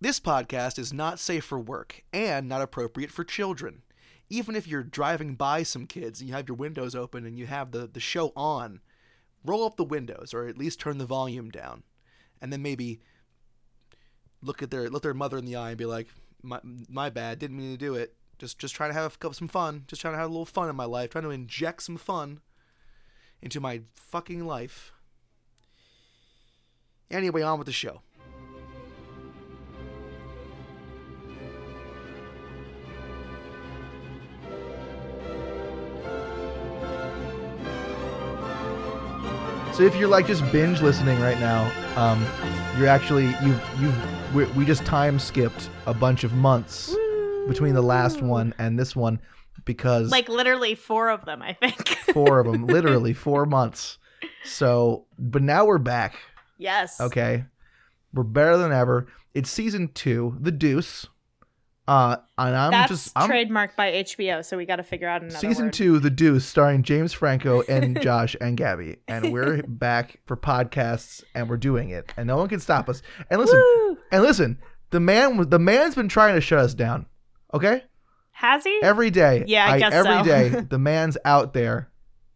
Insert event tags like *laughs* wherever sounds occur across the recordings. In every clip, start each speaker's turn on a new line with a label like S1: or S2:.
S1: This podcast is not safe for work and not appropriate for children. Even if you're driving by some kids and you have your windows open and you have the, the show on, roll up the windows or at least turn the volume down. And then maybe look at their look their mother in the eye and be like, my, my bad, didn't mean to do it. Just just trying to have a cup some fun. Just trying to have a little fun in my life. Trying to inject some fun into my fucking life. Anyway, on with the show.
S2: So if you're like just binge listening right now, um, you're actually you you we, we just time skipped a bunch of months between the last one and this one because
S3: Like literally four of them, I think.
S2: four of them, literally four months. So, but now we're back.
S3: *laughs* yes.
S2: Okay, we're better than ever. It's season two, The Deuce. Uh, and I'm
S3: That's
S2: just I'm
S3: trademarked by HBO, so we got to figure out another
S2: season
S3: word.
S2: two, The Deuce, starring James Franco
S3: *laughs*
S2: and Josh and Gabby, and we're back for podcasts, and we're doing it, and no one can stop us. And listen,
S3: Woo!
S2: and listen, the man was the man's been trying to shut us down. Okay,
S3: Has he?
S2: every day,
S3: *laughs* Yeah, I guess
S2: every
S3: so. *laughs*
S2: day, the man's out there,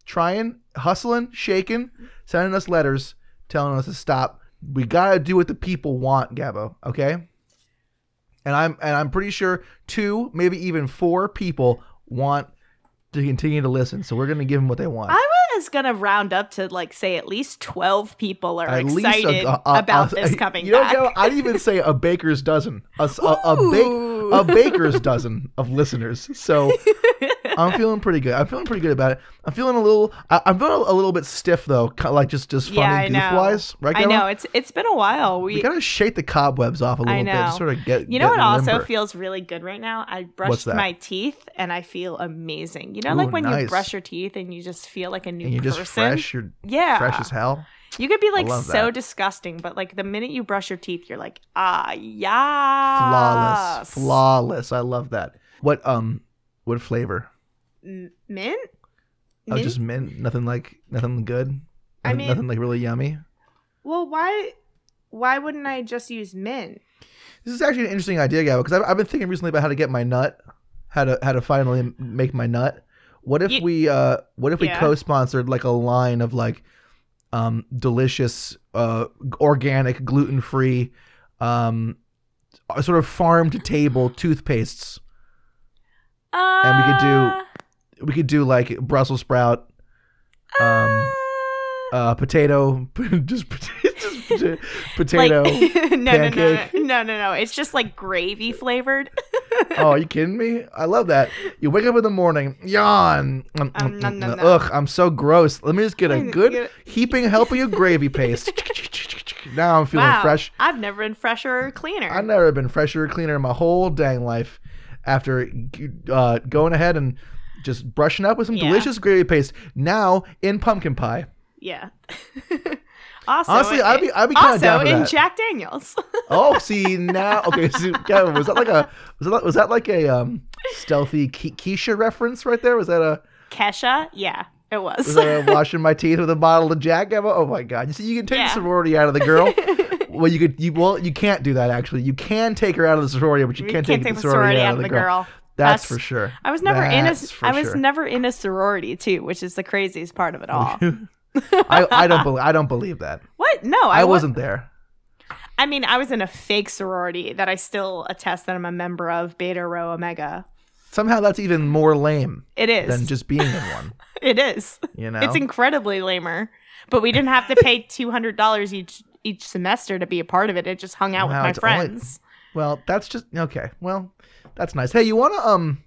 S2: trying, hustling, shaking, sending us letters, telling us to stop. We gotta do what the people want, Gabbo. Okay. And I'm and I'm pretty sure two, maybe even four people want to continue to listen. So we're gonna give them what they want.
S3: I was gonna round up to like say at least twelve people are
S2: At least a-
S3: excited
S2: a- a-
S3: about
S2: a-
S3: this coming
S2: You don't
S3: back.
S2: know. I'd even say a baker's dozen, a s- a, a,
S3: *laughs* Ooh.
S2: ba- a baker's dozen of listeners. So I'm feeling pretty good. I'm feeling pretty good about it. I'm feeling a little. I, I'm feeling a little bit stiff though, kind of like just just fun
S3: yeah, I
S2: and
S3: know.
S2: goof wise, right?
S3: *laughs* I
S2: Gemma?
S3: know it's it's been a while.
S2: We,
S3: We,
S2: gotta shake the cobwebs off a
S3: I
S2: little bit,
S3: know.
S2: just sort of get.
S3: you know
S2: get
S3: what also
S2: limber.
S3: feels really good right now. I brushed
S2: that?
S3: my teeth and I feel amazing. You know,
S2: Ooh,
S3: like when you
S2: nice.
S3: brush your teeth and you just feel like a new
S2: and you're just
S3: person.
S2: fresh. You're
S3: yeah,
S2: fresh as hell.
S3: you could be like
S2: love
S3: so
S2: that.
S3: disgusting, but like the minute you brush your teeth, you're like ah yeah, Ah.
S2: Flawless, flawless. I love that. What um, what flavor?
S3: M- mint.
S2: Oh,
S3: Mint?
S2: just mint. Nothing like nothing good.
S3: I
S2: Nothing-
S3: mean-
S2: nothing like really yummy.
S3: Well, why why wouldn't I just use mint?
S2: This is actually an interesting idea, Gabo, because I've, I've been thinking recently about how to get my nut, how to how to finally m- make my nut. What if
S3: You-
S2: we uh what if we
S3: Yeah.
S2: co-sponsored like a line of like um delicious uh organic gluten-free um uh, sort of farm to table toothpastes.
S3: Uh,
S2: we could do- We could do like Brussels sprout um uh potato *laughs* just, potato- just pota- potato.
S3: Like, *laughs* no, no, no, no,
S2: pancake.
S3: no, no, no. It's just like gravy flavored.
S2: oh, are you kidding me? I love that. You wake up in the morning, yawn. Mm, mm,
S3: Um, nom,
S2: mm,
S3: nom,
S2: mm.
S3: nom.
S2: Ugh, I'm so gross. Let me just
S3: *laughs*
S2: get a
S3: Mm,
S2: good
S3: yeah.
S2: heaping helping of gravy paste. *laughs* now I'm feeling
S3: wow,
S2: fresh.
S3: I've never been fresher or cleaner.
S2: I've never been fresher or cleaner in my whole dang life after uh, going ahead and just brushing up with some
S3: Yeah.
S2: delicious gravy paste. Now in pumpkin pie.
S3: yeah. *laughs* also,
S2: Honestly, I'd be- I'd be kinda
S3: also
S2: down for
S3: in
S2: that.
S3: Jack Daniels. *laughs*
S2: Oh, see now. Okay, see, Gavin, was that like a was that was that like a um, stealthy Ke- Keisha reference right there? Was that a
S3: Kesha, yeah, it was. *laughs*
S2: Was I washing my teeth with a bottle of Jack? Emma? Oh my god! You see, you can take
S3: Yeah.
S2: the sorority out of the girl. well, you could. You well, you can't do that actually. You can take her out of the sorority, but you
S3: We
S2: can't, take, the sorority, out, of the girl. That's,
S3: That's-
S2: for sure.
S3: I was never in a
S2: That's for
S3: I was
S2: sure.
S3: never in a sorority too, which is the craziest part of
S2: *laughs*
S3: it all.
S2: I, I don't believe. I don't believe that.
S3: what? No,
S2: I,
S3: I, was
S2: wasn't there.
S3: I mean, I was in a fake sorority that I still attest that I'm a member of, Beta Rho Omega.
S2: Somehow that's even more lame
S3: It is.
S2: than just being in one. *laughs*
S3: it is.
S2: You know.
S3: It's incredibly lamer. But we didn't have to pay two hundred dollars each each semester to be a part of it. It just hung out
S2: Wow,
S3: with my
S2: it's only-
S3: friends.
S2: well, that's just okay. Well, that's nice. Hey, you wanna um,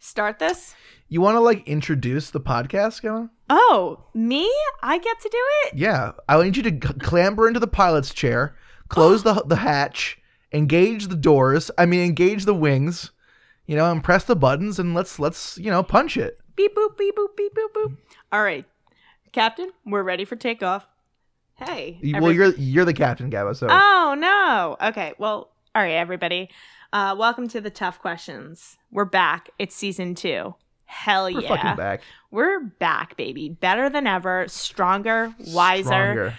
S3: Start this.
S2: you wanna like introduce the podcast, Emma?
S3: Oh, me? I get to do it?
S2: Yeah, I need you to c- clamber into the pilot's chair, close the the hatch, engage the doors. I mean, engage the wings. You know, and press the buttons, and let's let's you know punch it.
S3: Beep boop beep boop beep boop boop. All right, Captain, we're ready for takeoff. Hey.
S2: You-
S3: every-
S2: Well, you're you're the captain, Gabo. So
S3: Oh no. Okay. Well, all right, everybody. Uh, welcome to the tough questions. We're back. It's season two. Hell
S2: we're
S3: yeah.
S2: fucking back.
S3: We're back, baby. Better than ever. Stronger, wiser.
S2: Stronger.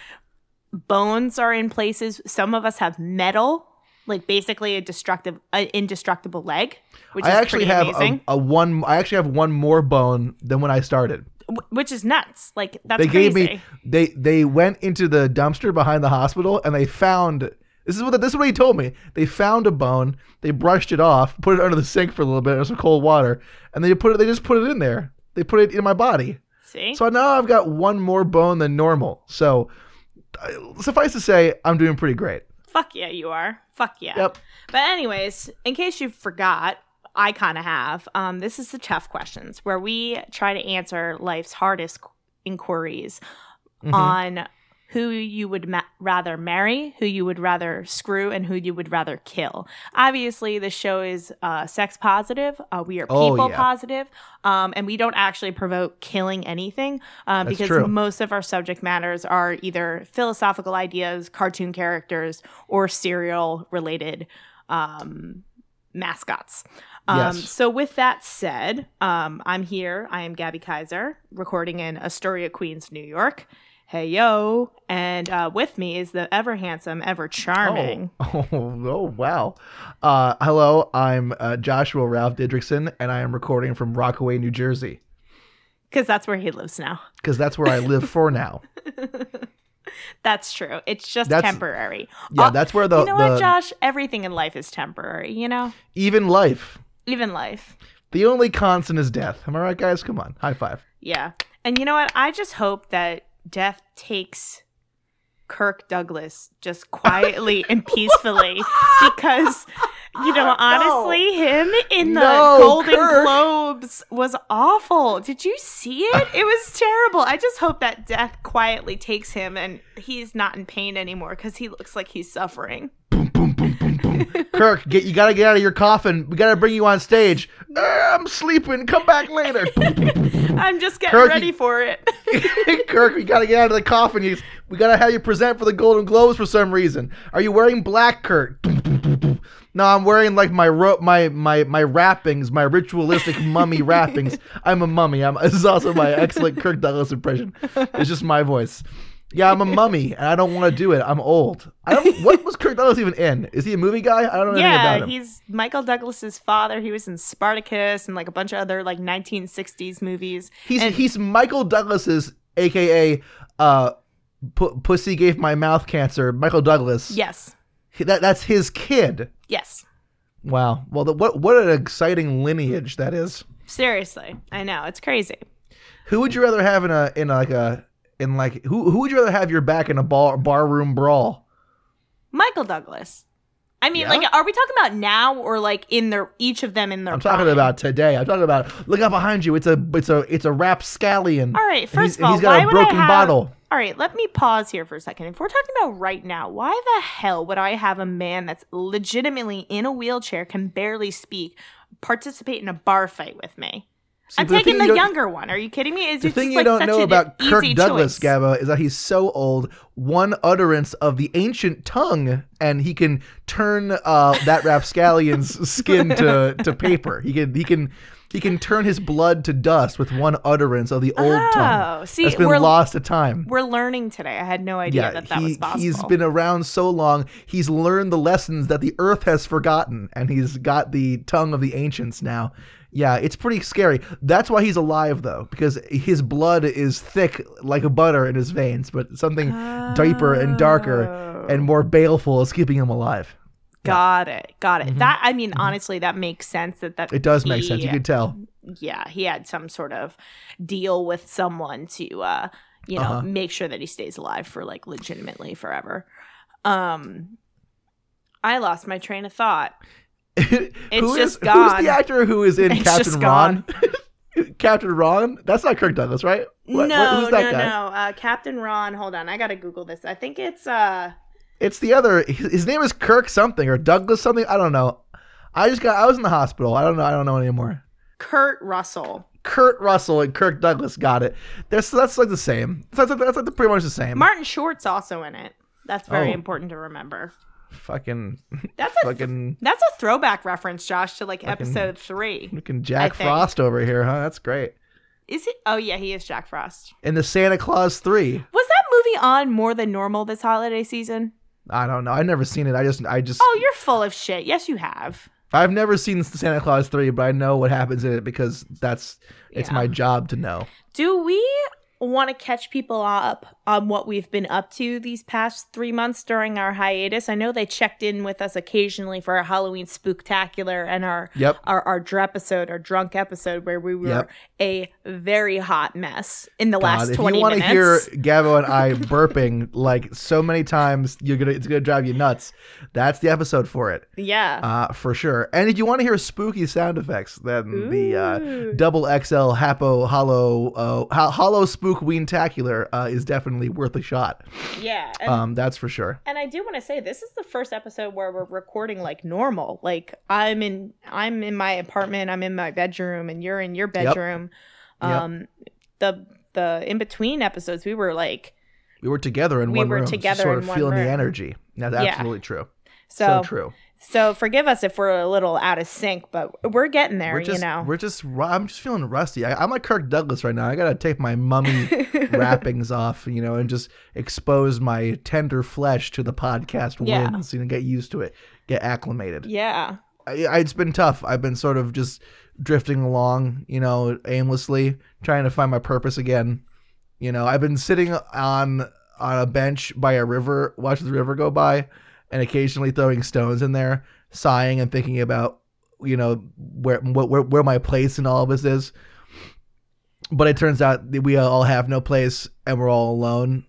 S3: Bones are in places. Some of us have metal. like basically a destructive, a indestructible leg, which
S2: I
S3: is
S2: actually
S3: pretty
S2: have
S3: amazing.
S2: a, a one. I actually have one more bone than when I started.
S3: Wh- which is nuts. Like that's
S2: they
S3: crazy.
S2: gave me. They they went into the dumpster behind the hospital and they found. This is what this is what he told me. They found a bone. They brushed it off, put it under the sink for a little bit in some cold water, and they put it. They just put it in there. They put it in my body.
S3: See,
S2: So now I've got one more bone than normal. So uh, suffice to say, I'm doing pretty great.
S3: fuck yeah, you are. Fuck yeah.
S2: Yep.
S3: But anyways, in case you forgot, I kind of have. Um, this is the tough questions where we try to answer life's hardest qu- inquiries
S2: Mhm.
S3: on who you would ma- rather marry, who you would rather screw, and who you would rather kill. Obviously, the show is uh, sex positive. Uh, we are
S2: Oh,
S3: people
S2: yeah.
S3: positive, um, and we don't actually provoke killing anything uh,
S2: That's
S3: because
S2: true.
S3: most of our subject matters are either philosophical ideas, cartoon characters, or serial related um, mascots. Um,
S2: Yes.
S3: So, with that said, um, I'm here. I am Gabby Kaiser, recording in Astoria, Queens, New York. Hey yo! And uh, with me is the ever handsome, ever charming.
S2: Oh, *laughs* oh, oh, wow. Uh, hello, I'm uh, Joshua Ralph Didrikson, and I am recording from Rockaway, New Jersey,
S3: Because that's where he lives now.
S2: because that's where I live for now.
S3: That's true. It's just
S2: That's-
S3: temporary.
S2: Yeah,
S3: Oh,
S2: that's where the,
S3: you know what,
S2: the-
S3: Josh? Everything in life is temporary, you know?
S2: even life.
S3: Even life.
S2: The only constant is death. Am I right, guys? Come on, high five.
S3: Yeah. And you know what? I just hope that death takes Kirk Douglas just
S2: *laughs*
S3: quietly and peacefully because you know, honestly, him in the
S2: No,
S3: Golden
S2: Kirk.
S3: Globes was awful. Did you see it?
S2: *laughs*
S3: It was terrible. I just hope that death quietly takes him and he's not in pain anymore because he looks like he's suffering.
S2: Boom, boom, boom, boom, boom. Kirk, get you gotta get out of your coffin. We gotta bring you on stage. "Uh, I'm sleeping. Come back later. Boom, boom, boom, boom, boom.
S3: I'm just getting
S2: Kirk,
S3: ready
S2: you-
S3: for it.
S2: *laughs*
S3: *laughs*
S2: Kirk, we gotta get out of the coffin. You- We gotta have you present for the Golden Globes for some reason. Are you wearing black, Kirk? *laughs* No, I'm wearing like my ro- my my my wrappings, my
S3: *laughs*
S2: ritualistic mummy wrappings. I'm a mummy. I'm. This is also my excellent Kirk Douglas impression. It's just my voice. Yeah, I'm a mummy, and I don't want to do it. I'm old. I don't. What was Kirk Douglas even in? Is he a movie guy? I don't know anything
S3: yeah,
S2: about him.
S3: he's Michael Douglas's father. He was in Spartacus and like a bunch of other like 1960s movies.
S2: He's
S3: and-
S2: he's Michael Douglas's, aka. uh P- Pussy gave my mouth cancer. Michael Douglas.
S3: Yes.
S2: That that's his kid.
S3: Yes.
S2: Wow. Well, the, what what an exciting lineage that is.
S3: Seriously. I know. It's crazy.
S2: Who would you rather have in a in like a in like who who would you rather have your back in a bar barroom brawl?
S3: Michael Douglas. I mean,
S2: Yeah?
S3: like, are we talking about now or like in their each of them in their
S2: I'm talking
S3: prime?
S2: about today. I'm talking about look out behind you. It's a it's a it's a rapscallion.
S3: All right,
S2: And he's-
S3: first of all,
S2: he's got
S3: why
S2: a
S3: would
S2: broken
S3: I have,
S2: bottle.
S3: All right, let me pause here for a second. If we're talking about right now, why the hell would I have a man that's legitimately in a wheelchair, can barely speak, participate in a bar fight with me?
S2: See,
S3: I'm
S2: but thing
S3: taking
S2: you
S3: the
S2: don't-
S3: younger one. Are you kidding me? Is
S2: The
S3: it
S2: thing
S3: just,
S2: you
S3: like,
S2: don't
S3: such
S2: know
S3: an
S2: about
S3: easy
S2: Kirk Douglas,
S3: choice?
S2: Gabba, is that he's so old. One utterance of the ancient tongue, and he can turn uh, that rapscallion's skin to,
S3: *laughs*
S2: to paper. He can he can he can turn his blood to dust with one utterance of the old tongue.
S3: Oh, see,
S2: That's been
S3: we're
S2: lost to time.
S3: we're learning today. I had no idea that that
S2: he,
S3: was possible.
S2: he's been around so long. He's learned the lessons that the earth has forgotten, and he's got the tongue of the ancients now. Yeah, it's pretty scary. That's why he's alive, though, because his blood is thick like butter in his veins, but something deeper and darker and more baleful is keeping him alive.
S3: Oh, Got it. Got it.
S2: Mhm.
S3: That I mean, honestly, that makes sense. That that
S2: It does make
S3: he-
S2: sense. You can tell. *laughs*
S3: yeah, he had some sort of deal with someone to, uh, you know,
S2: Uh-huh.
S3: make sure that he stays alive for like legitimately forever. Um, I lost my train of thought.
S2: it's Who's
S3: just gone.
S2: the actor who is in
S3: *laughs* It's
S2: Captain
S3: just
S2: Ron? *laughs* Captain Ron? That's not Kirk Douglas, right? What- what-
S3: no,
S2: who's that
S3: no,
S2: guy?
S3: no. Uh, Captain Ron. Hold on, I gotta Google this. I think it's uh.
S2: It's the other. His his name is Kirk something or Douglas something. I don't know. I just got. I was in the hospital. I don't know. I don't know anymore.
S3: Kurt Russell.
S2: Kurt Russell and Kirk Douglas got it. That's that's like the same. That's like, that's like pretty much the same.
S3: Martin Short's also in it. That's very
S2: Oh.
S3: important to remember.
S2: fucking
S3: That's a
S2: fucking
S3: that's a throwback reference, Josh, to like
S2: Fucking-
S3: episode three.
S2: fucking
S3: I
S2: Jack
S3: think.
S2: Frost over here, huh? That's great.
S3: Is he? Oh yeah, he is Jack Frost.
S2: And the Santa Claus Three.
S3: Was that movie on more than normal this holiday season?
S2: I don't know. I've never seen it. I just, I just,
S3: Oh, you're full of shit. Yes, you have.
S2: I've never seen Santa Claus three, but I know what happens in it because that's it's
S3: Yeah.
S2: my job to know.
S3: Do we want to catch people up on what we've been up to these past three months during our hiatus? I know they checked in with us occasionally for our Halloween spooktacular and our
S2: Yep.
S3: our our drep episode, our drunk episode, where we were
S2: Yep.
S3: a very hot mess in the last
S2: God, if
S3: twenty
S2: you want to
S3: minutes.
S2: hear Gabo and
S3: *laughs*
S2: I burping like so many times, you're gonna it's gonna drive you nuts. That's the episode for it,
S3: yeah.
S2: uh, for sure. And if you want to hear spooky sound effects, then the uh,
S3: Ooh.
S2: double XL Hapo Hollow uh, ho- Hollow Spook Weentacular uh, is definitely worth a shot.
S3: yeah. And,
S2: Um, that's for sure.
S3: and I do want to say this is the first episode where we're recording like normal. Like I'm in I'm in my apartment, I'm in my bedroom, and you're in your bedroom.
S2: Yep.
S3: Um the the in between episodes we were like
S2: We were together in
S3: We
S2: one
S3: were
S2: room, so
S3: together
S2: sort
S3: in
S2: of
S3: one
S2: feeling
S3: room.
S2: the energy. That's
S3: Yeah.
S2: absolutely true.
S3: so so,
S2: true.
S3: forgive us if we're a little out of sync, but we're getting there,
S2: We're just,
S3: you know.
S2: we're just. ru- I'm just feeling rusty. I, I'm like Kirk Douglas right now. I gotta take my mummy
S3: *laughs*
S2: *laughs* wrappings off, you know, and just expose my tender flesh to the podcast
S3: Yeah.
S2: winds, you know, get used to it, get acclimated.
S3: yeah.
S2: I, I- it's been tough. I've been sort of just drifting along, you know, aimlessly, trying to find my purpose again. You know, I've been sitting on on a bench by a river, watching the river go by, and occasionally throwing stones in there, sighing and thinking about, you know, where what where, where my place in all of this is. But it turns out that we all have no place, and we're all alone,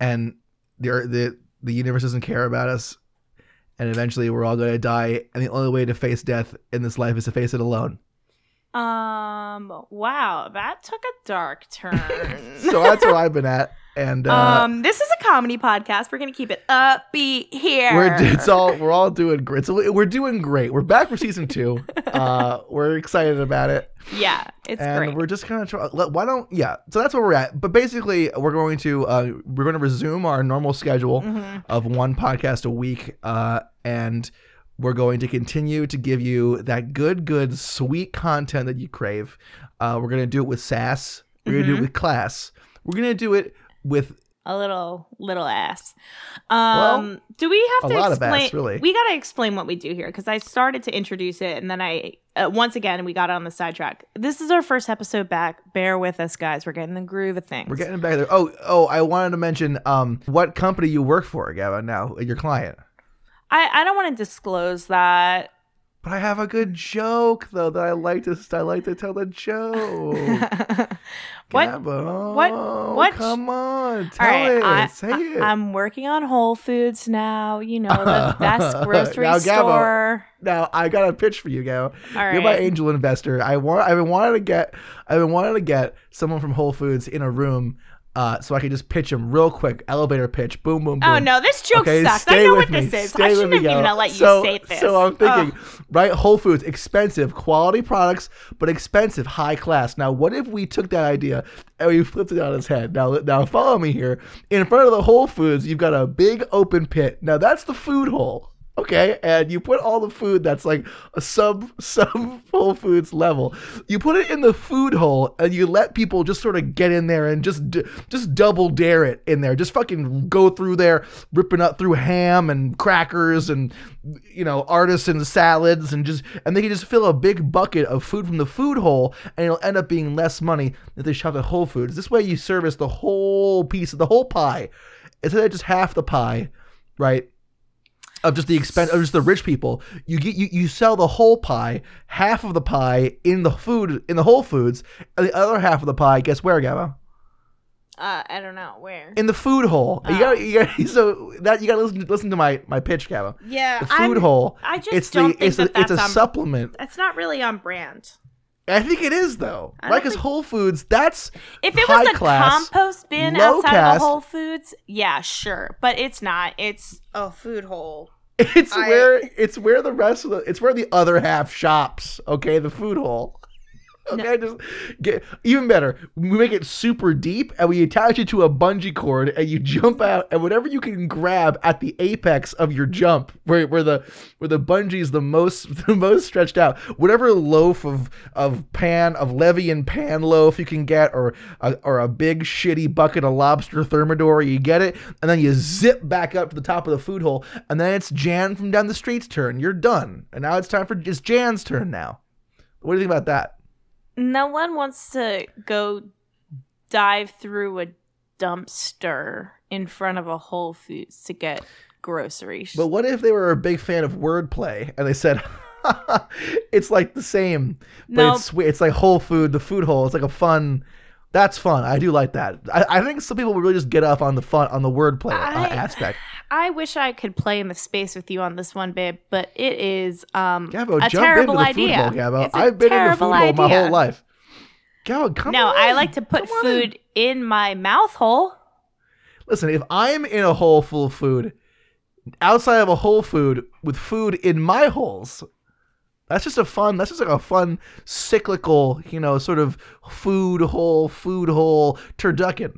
S2: and the ear- the the universe doesn't care about us, and eventually we're all going to die. And the only way to face death in this life is to face it
S3: *laughs*
S2: alone.
S3: Um. Wow, that took a dark
S2: *laughs*
S3: turn. *laughs*
S2: So that's where I've been at, and uh,
S3: um, this is a comedy podcast. We're gonna keep it upbeat here.
S2: we're it's all we're all doing great. So we're doing great. We're back for season
S3: *laughs*
S2: two. Uh, we're excited about it,
S3: yeah, it's
S2: and
S3: great.
S2: we're just kind of trying. Why don't yeah? So that's where we're at. But basically, we're going to uh, we're going to resume our normal schedule.
S3: Mhm.
S2: of one podcast a week, uh, and we're going to continue to give you that good, good, sweet content that you crave. Uh, we're going to do it with sass. We're going to do
S3: Mhm.
S2: it with class. We're going to do it with
S3: A little little ass. Um,
S2: Well,
S3: do we have
S2: a
S3: to
S2: lot of
S3: explain?
S2: ass, really.
S3: We gotta explain what we do here because I started to introduce it, and then I uh, once again we got on the sidetrack. This is our first episode back. Bear with us, guys. We're getting the groove of things.
S2: we're getting back there. Oh, oh! I wanted to mention um, what company you work for, Gavin. Now your client.
S3: I I don't want to disclose that.
S2: But I have a good joke though that I like to I like to tell the
S3: *laughs*
S2: joke.
S3: What-
S2: Gabbo,
S3: what- what-
S2: Come on,
S3: All
S2: tell
S3: right,
S2: it.
S3: I,
S2: Say it.
S3: am working on Whole Foods now. You know,
S2: *laughs*
S3: the best grocery
S2: Now, Gabbo.
S3: store.
S2: now I got a pitch for you, Gavin.
S3: All right.
S2: You're my angel investor. I want. I've been wanting to get. I've been wanting to get someone from Whole Foods in a room, uh, so I could just pitch him real quick. Elevator pitch. Boom, boom, boom.
S3: Oh no, this joke
S2: Okay,
S3: sucks. I
S2: stay
S3: know
S2: with
S3: what
S2: me.
S3: this is.
S2: Stay
S3: I
S2: with
S3: shouldn't
S2: me,
S3: have even
S2: Gabby.
S3: let you
S2: so,
S3: say this.
S2: So I'm
S3: Ugh.
S2: thinking, right? Whole Foods, expensive, quality products, but expensive, high class. Now, what if we took that idea and we flipped it on its head? Now, now follow me here. In front of the Whole Foods, you've got a big open pit. Now that's the food hole. Okay, and you put all the food that's like a sub *laughs* sub Whole Foods level. You put it in the food hole, and you let people just sort of get in there and just d- just double dare it in there. Just fucking go through there, ripping up through ham and crackers and you know artisan salads and just and they can just fill a big bucket of food from the food hole, and it'll end up being less money if they shop at Whole Foods. This way, you service the whole piece of the whole pie instead of just half the pie, right? Of just the expense of just the rich people, you get you, you sell the whole pie, half of the pie in the food in the Whole Foods, and the other half of the pie. Guess where, Gabba?
S3: Uh, I don't know where.
S2: In the food hole. You
S3: Oh.
S2: got you got *laughs* so that you got to listen listen to my my pitch, Gabba.
S3: yeah,
S2: The food
S3: I'm-
S2: hole.
S3: I just
S2: It's
S3: don't
S2: the
S3: think
S2: it's
S3: that
S2: a, it's
S3: that's
S2: a
S3: on.
S2: supplement.
S3: that's not really on brand.
S2: I think it is though.
S3: I don't
S2: Like it's
S3: think-
S2: Whole Foods. That's
S3: If it was
S2: High
S3: a
S2: class,
S3: compost bin
S2: low
S3: outside of
S2: cast.
S3: a Whole Foods, yeah, sure, but it's not. It's a food hole.
S2: *laughs* it's *laughs*
S3: I-
S2: where it's where the rest of the it's where the other half shops. Okay, the food hole. Okay, just get even better. We make it super deep and we attach it to a bungee cord and you *laughs* jump out and whatever you can grab at the apex of your jump, where where the where the bungee is the most *laughs* the most stretched out, whatever loaf of of pan of levy and pan loaf you can get or a, or a big shitty bucket of lobster thermidor, you get it and then you zip back up to the top of the food hole and then it's Jan from down the street's turn. You're done. And now it's time for it's Jan's turn now. What do you think about that?
S3: No one wants to go dive through a dumpster in front of a Whole Foods to get groceries.
S2: But what if they were a big fan of wordplay and they said, *laughs* "It's like the same, but
S3: No.
S2: it's it's like Whole Food, the food hole. It's like a fun. That's fun. I do like that. I, I think some people would really just get up on the fun on the wordplay uh,
S3: I- *laughs*
S2: aspect.
S3: I wish I could play in the space with you on this one, babe, but it is um
S2: Gabo,
S3: a
S2: jump into
S3: terrible
S2: the food
S3: idea.
S2: hole, Gabo.
S3: It's a
S2: I've been in the food
S3: terrible
S2: hole my whole
S3: idea.
S2: life. Gabo, come
S3: no,
S2: on.
S3: I like to put
S2: Come on in.
S3: food in. my mouth hole.
S2: Listen, if I'm in a hole full of food, outside of a whole food with food in my holes, that's just a fun. That's just like a fun cyclical, you know, sort of food hole, food hole turducken.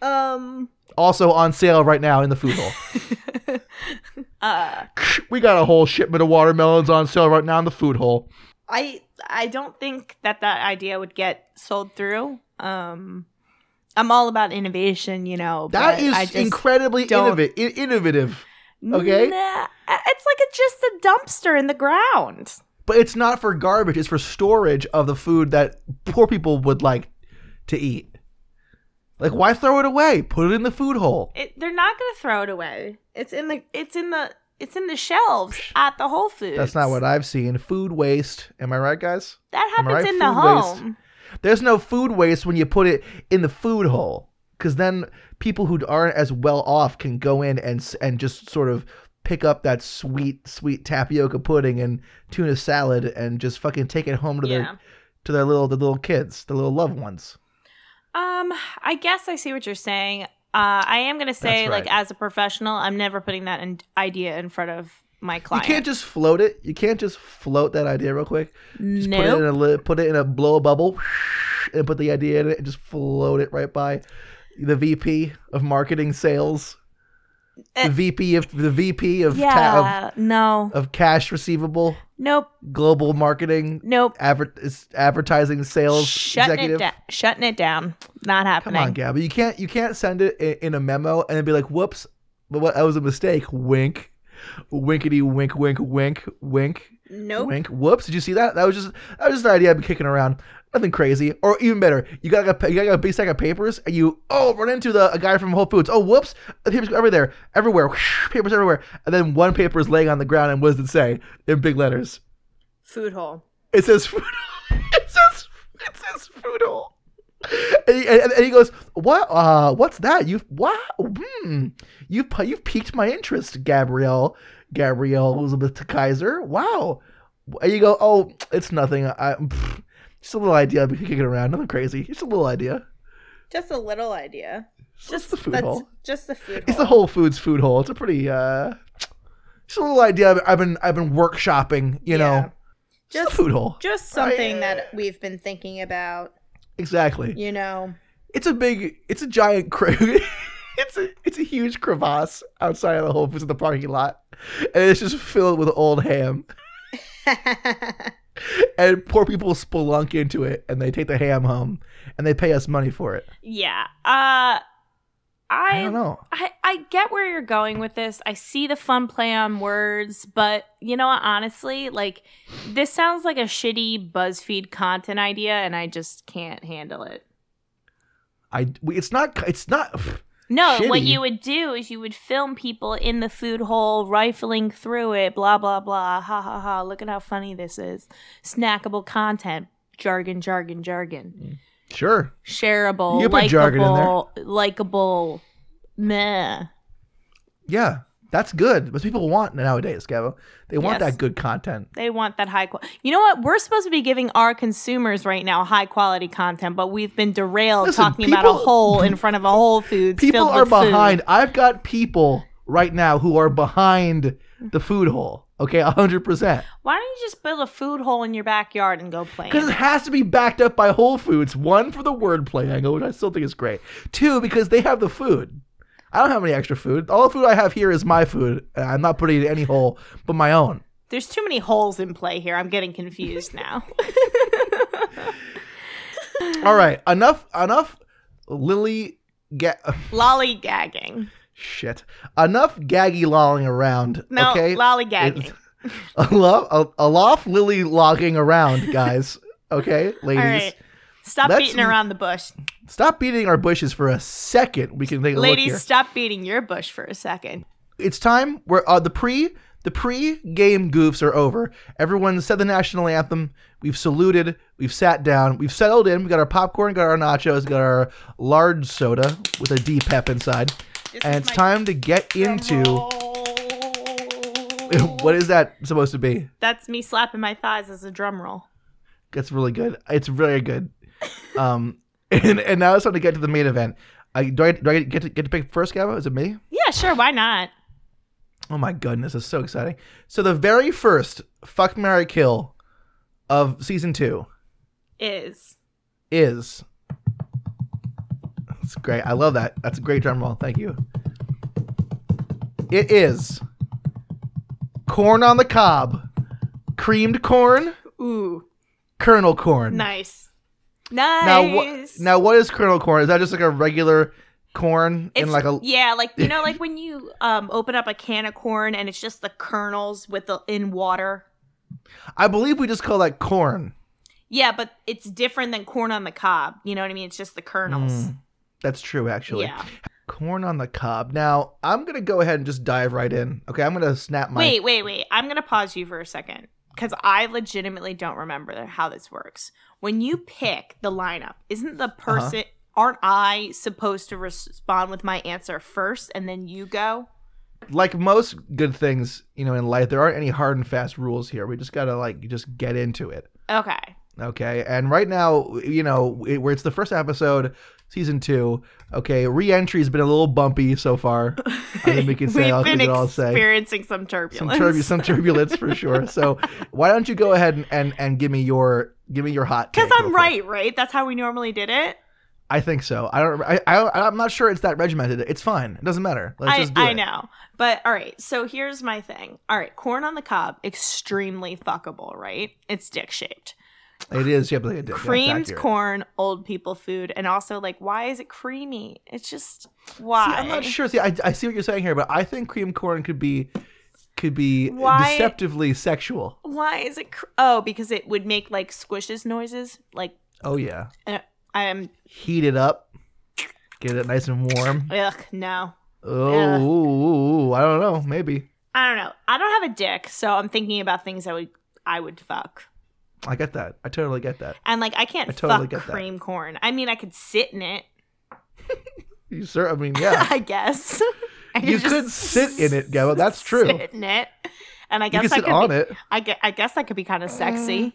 S3: Um
S2: Also on sale right now in the food *laughs* hole.
S3: *laughs* uh
S2: we got a whole shipment of watermelons on sale right now in the food hole.
S3: I I don't think that that idea would get sold through. Um I'm all about innovation, you know.
S2: That
S3: but
S2: is
S3: I just,
S2: incredibly
S3: don't-
S2: innovative. Innovative, okay.
S3: Nah, it's like it's just a dumpster in the ground.
S2: but it's not for garbage. It's for storage of the food that poor people would like to eat. Like, why throw it away? Put it in the food hole.
S3: It, they're not gonna throw it away. It's in the it's in the it's in the shelves at the Whole Foods.
S2: That's not what I've seen. Food waste. Am I right, guys?
S3: that
S2: am I
S3: happens
S2: right?
S3: in the
S2: Food waste.
S3: home.
S2: There's no food waste when you put it in the food hole, because then people who aren't as well off can go in and s- and just sort of pick up that sweet sweet tapioca pudding and tuna salad and just fucking take it home to
S3: Yeah.
S2: their to their little the little kids, the little loved ones.
S3: Um, I guess I see what you're saying. Uh, I am gonna say,
S2: That's
S3: like,
S2: right.
S3: as a professional, I'm never putting that in- idea in front of my
S2: You
S3: client.
S2: can't just float it. You can't just float that idea real quick. Just put it in
S3: no.
S2: a li- put it in a blow a bubble and put the idea in it and just float it right by the VP of marketing sales.
S3: Eh.
S2: The VP of the VP of
S3: yeah.
S2: ta-
S3: no.
S2: of, of cash receivable,
S3: nope.
S2: global marketing,
S3: Nope.
S2: adver- is- advertising sales
S3: Shutting
S2: executive.
S3: it down. Shutting it down. Not
S2: Come
S3: happening.
S2: on, Gabby. You can't you can't send it in, in a memo and then be like, "Whoops, but what? That was a mistake." Wink, winkety wink, wink, wink, wink.
S3: Nope.
S2: Wink. Whoops! Did you see that? That was just that was just an idea I've been kicking around. Nothing crazy, or even better, you got like a, you got like a big stack of papers, and you oh run into the a guy from Whole Foods. Oh whoops! The papers go everywhere, there, everywhere, papers everywhere, and then one paper is laying on the ground, and what does it say in big letters?
S3: Food hole.
S2: It says food. *laughs* it says it says food hole. And he, and, and he goes, "What? Uh, what's that? You've wow, hmm, you've pi- you've piqued my interest, Gabrielle, Gabrielle Elizabeth Kaiser. Wow." And you go, "Oh, it's nothing. I, pfft, just a little idea. I've been kicking around. Nothing crazy. Just a little idea.
S3: Just a little idea.
S2: It's just the food hole.
S3: Just the food
S2: It's the Whole Foods food hole. It's a pretty uh, just a little idea. I've- I've been I've been workshopping. You know, just, the food hole.
S3: just
S2: something that
S3: we've been thinking about.
S2: Exactly.
S3: You know. *laughs*
S2: it's a big it's a giant cra- *laughs* it's a it's a huge crevasse outside of the Whole Foods in the parking lot and it's just filled with old ham and poor people spelunk into it and they take the ham home and they pay us money for it
S3: yeah. Uh,
S2: i
S3: I
S2: don't know
S3: I, I get where you're going with this. I see the fun play on words, but you know what? Honestly, like this sounds like a shitty BuzzFeed content idea, and I just can't handle it.
S2: i we- it's not it's not *sighs*
S3: No, what
S2: Shitty?
S3: you would do is you would film people in the food hole rifling through it, blah, blah, blah, ha, ha, ha. Look at how funny this is. Snackable content, jargon, jargon, jargon.
S2: sure
S3: Shareable,
S2: You put jargon in there.
S3: likable, likable, meh.
S2: yeah that's good but people want nowadays Gabo. they want
S3: Yes.
S2: that good content
S3: They want that high quality. You know what? We're supposed to be giving our consumers right now high quality content, but we've been derailed
S2: Listen,
S3: talking about a
S2: people-
S3: hole in front of a Whole Foods.
S2: people
S3: filled
S2: are
S3: with food.
S2: behind i've got people right now who are behind the food hole Okay, hundred percent.
S3: Why don't you just build a food hole in your backyard and go play?
S2: Because
S3: in
S2: it
S3: it?
S2: has to be backed up by Whole Foods. One for the wordplay angle, which I still think is great. Two, because they have the food. I don't have any extra food. All the food I have here is my food. and I'm not putting it in any hole but my own.
S3: There's too many holes in play here. I'm getting
S2: *laughs*
S3: confused now. *laughs*
S2: All right, enough, enough. Lily, get
S3: lollygagging.
S2: *laughs* shit. Enough gaggy lolling around.
S3: No,
S2: okay,
S3: lollygagging.
S2: a lo- a- aloft Lily logging around, guys. okay, ladies.
S3: *laughs* All right. Stop
S2: Let's-
S3: beating around the bush.
S2: Stop beating our bushes for a second. We can take a look here.
S3: Ladies, stop beating your bush for a second.
S2: it's time where uh, the pre the pre-game goofs are over. Everyone said the national anthem. We've saluted. We've sat down. We've settled in. We got our popcorn. Got our nachos. Got our large soda with a D pep inside. and it's time to get into *laughs* what is that supposed to be?
S3: That's me slapping my thighs as a drum roll.
S2: That's really good. It's very good. Um, *laughs* and, and now it's time to get to the main event. I, do I do I get to get to pick first, Gabo? Is it me?
S3: Yeah, sure. Why not?
S2: Oh my goodness, it's so exciting. So the very first fuck Mary Kill of season two
S3: Is
S2: is That's great. I love that. That's a great drum roll. Thank you. It is corn on the cob, creamed corn,
S3: ooh
S2: kernel corn.
S3: nice,
S2: Now,
S3: nice.
S2: wh- now what is kernel corn? Is that just like a regular corn in
S3: It's-
S2: like a
S3: yeah, like
S2: *laughs*
S3: you know, like when you um open up a can of corn and it's just the kernels with the in water.
S2: I believe we just call that corn.
S3: Yeah, but it's different than corn on the cob. You know what I mean? It's just the kernels.
S2: Mm, that's true actually.
S3: yeah.
S2: Corn on the cob. Now, I'm going to go ahead and just dive right in. Okay, I'm going to snap my.
S3: Wait, wait, wait. I'm gonna pause you for a second because I legitimately don't remember how this works. When you pick the lineup, isn't the
S2: Uh-huh.
S3: person? Aren't I supposed to respond with my answer first and then you go?
S2: Like most good things, you know, in life, there aren't any hard and fast rules here. We just got to, like, just get into it.
S3: Okay.
S2: Okay. And right now, you know, it, where it's the first episode, season two, okay, re entry has been a little bumpy so far. I think we
S3: *laughs*
S2: can say, I
S3: We've
S2: think
S3: been
S2: we can all say.
S3: experiencing some
S2: Some,
S3: turbulence.
S2: turbu-
S3: *laughs*
S2: some turbulence for sure. So, why don't you go ahead and, and, and give me your give me your
S3: *laughs*
S2: hot?
S3: Because
S2: take real
S3: I'm
S2: quick.
S3: right, right? That's how we normally did it.
S2: I think so. I don't. I, I I'm not sure it's that regimented. It's fine. It doesn't matter. Let's
S3: I,
S2: just do
S3: I
S2: it.
S3: know. But all right, so here's my thing. All right, corn on the cob, extremely fuckable, right? It's dick shaped.
S2: It is. Yeah, but it did. That's
S3: Creamed
S2: accurate.
S3: corn, old people food, and also like why is it creamy? It's just
S2: See,
S3: why?
S2: I'm not sure. See, I, I see what you're saying here, but I think cream corn could be could be
S3: Why-
S2: deceptively sexual.
S3: Why is it? Cr- oh, because it would make like squishes noises. Like
S2: Oh yeah,
S3: I'm.
S2: heat it up, get it nice and warm.
S3: Ugh, no.
S2: Oh,
S3: Yeah.
S2: ooh, ooh, I don't know. Maybe
S3: I don't know. I don't have a dick, so I'm thinking about things I would I would fuck.
S2: I get that. I totally get that.
S3: And like I can't
S2: I totally
S3: fuck
S2: get that.
S3: cream corn. I mean, I could sit in it,
S2: You sir, I mean, yeah.
S3: *laughs* I guess. I
S2: You
S3: just
S2: could sit in it, Gabba,
S3: *laughs*
S2: that's true.
S3: Sit in it, and I
S2: you
S3: guess
S2: can
S3: I
S2: sit
S3: could.
S2: on
S3: be,
S2: it.
S3: I, gue- I guess I could be kind of sexy.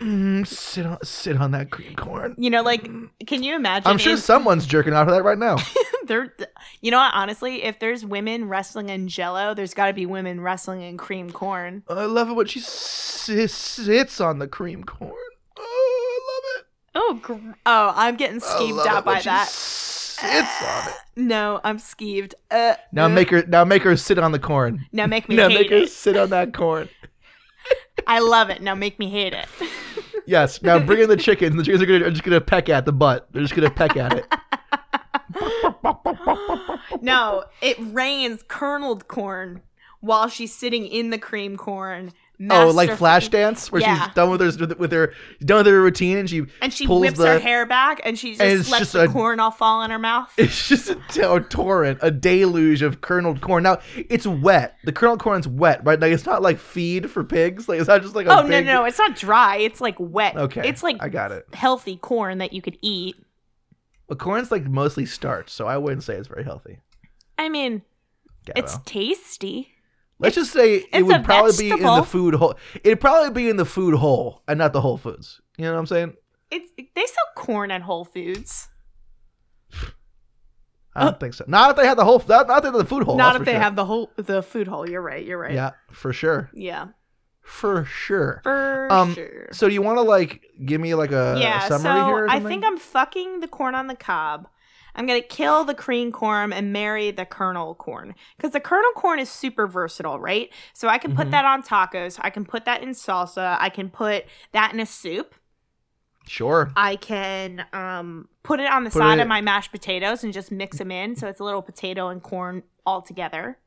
S2: Mm, sit on, sit on that cream corn.
S3: You know, like can you imagine?
S2: I'm sure
S3: if
S2: someone's jerking off of that right now.
S3: there. You know what? Honestly, if there's women wrestling in Jello, there's got to be women wrestling in cream corn.
S2: I love it when she si- sits on the cream corn. Oh, I love it.
S3: Oh, gr- oh, I'm getting
S2: I
S3: skeeved
S2: love
S3: out
S2: it when
S3: by
S2: she
S3: that.
S2: Sits
S3: *sighs*
S2: on it.
S3: No, I'm skeeved. Uh,
S2: Now
S3: uh,
S2: make her. Now make her sit on the corn.
S3: now make me
S2: Now
S3: hate
S2: make her
S3: it.
S2: sit on that corn.
S3: I love it. Now make me
S2: *laughs*
S3: hate it.
S2: Yes. Now bring in the chickens. The chickens are, gonna, are just gonna peck at the butt. They're just gonna peck at
S3: *laughs*
S2: it.
S3: no, it rains kerneled corn while she's sitting in the cream corn.
S2: Oh, like
S3: masterfully-
S2: Flashdance, where
S3: Yeah.
S2: she's done with her with her done with her routine, and she
S3: And she
S2: pulls
S3: whips
S2: the-
S3: her hair back and she just
S2: and it's
S3: lets
S2: just
S3: the
S2: a-
S3: corn all fall in her mouth.
S2: *laughs* it's just a, t- a torrent, a deluge of kerneled corn. Now it's wet. The kernel corn's wet, right? Like it's not like feed for pigs. Like it's not just like a
S3: oh, no, no,
S2: big-
S3: no. It's not dry. It's like wet.
S2: Okay,
S3: It's like
S2: I got it.
S3: healthy corn that you could eat.
S2: But corn's like mostly starch, so I wouldn't say it's very healthy.
S3: I mean,
S2: Gabbo.
S3: it's tasty.
S2: Let's just say it
S3: it's
S2: would
S3: a
S2: probably be in
S3: vegetable.
S2: the food hole. It'd probably be in the food hole and not the Whole Foods. You know what I'm saying?
S3: It's, they sell corn at Whole Foods.
S2: I don't think so. Not if they had the whole. Not, not if they had the food hole.
S3: Uh. Not
S2: Oh, that's
S3: if
S2: for
S3: they
S2: sure.
S3: have the whole the food hole. You're right. You're right.
S2: Yeah, for sure.
S3: Yeah.
S2: For sure.
S3: For
S2: Um,
S3: sure.
S2: So do you want to like give me like a, a
S3: yeah. So
S2: summary here? Or
S3: I
S2: something?
S3: think I'm fucking the corn on the cob. I'm gonna kill the cream corn and marry the kernel corn because the kernel corn is super versatile, right? So I can put
S2: Mhm.
S3: that on tacos. I can put that in salsa. I can put that in a soup.
S2: sure.
S3: I can um, put it on the
S2: Put
S3: side
S2: it-
S3: of my mashed potatoes and just mix them in, so it's a little potato and corn all together.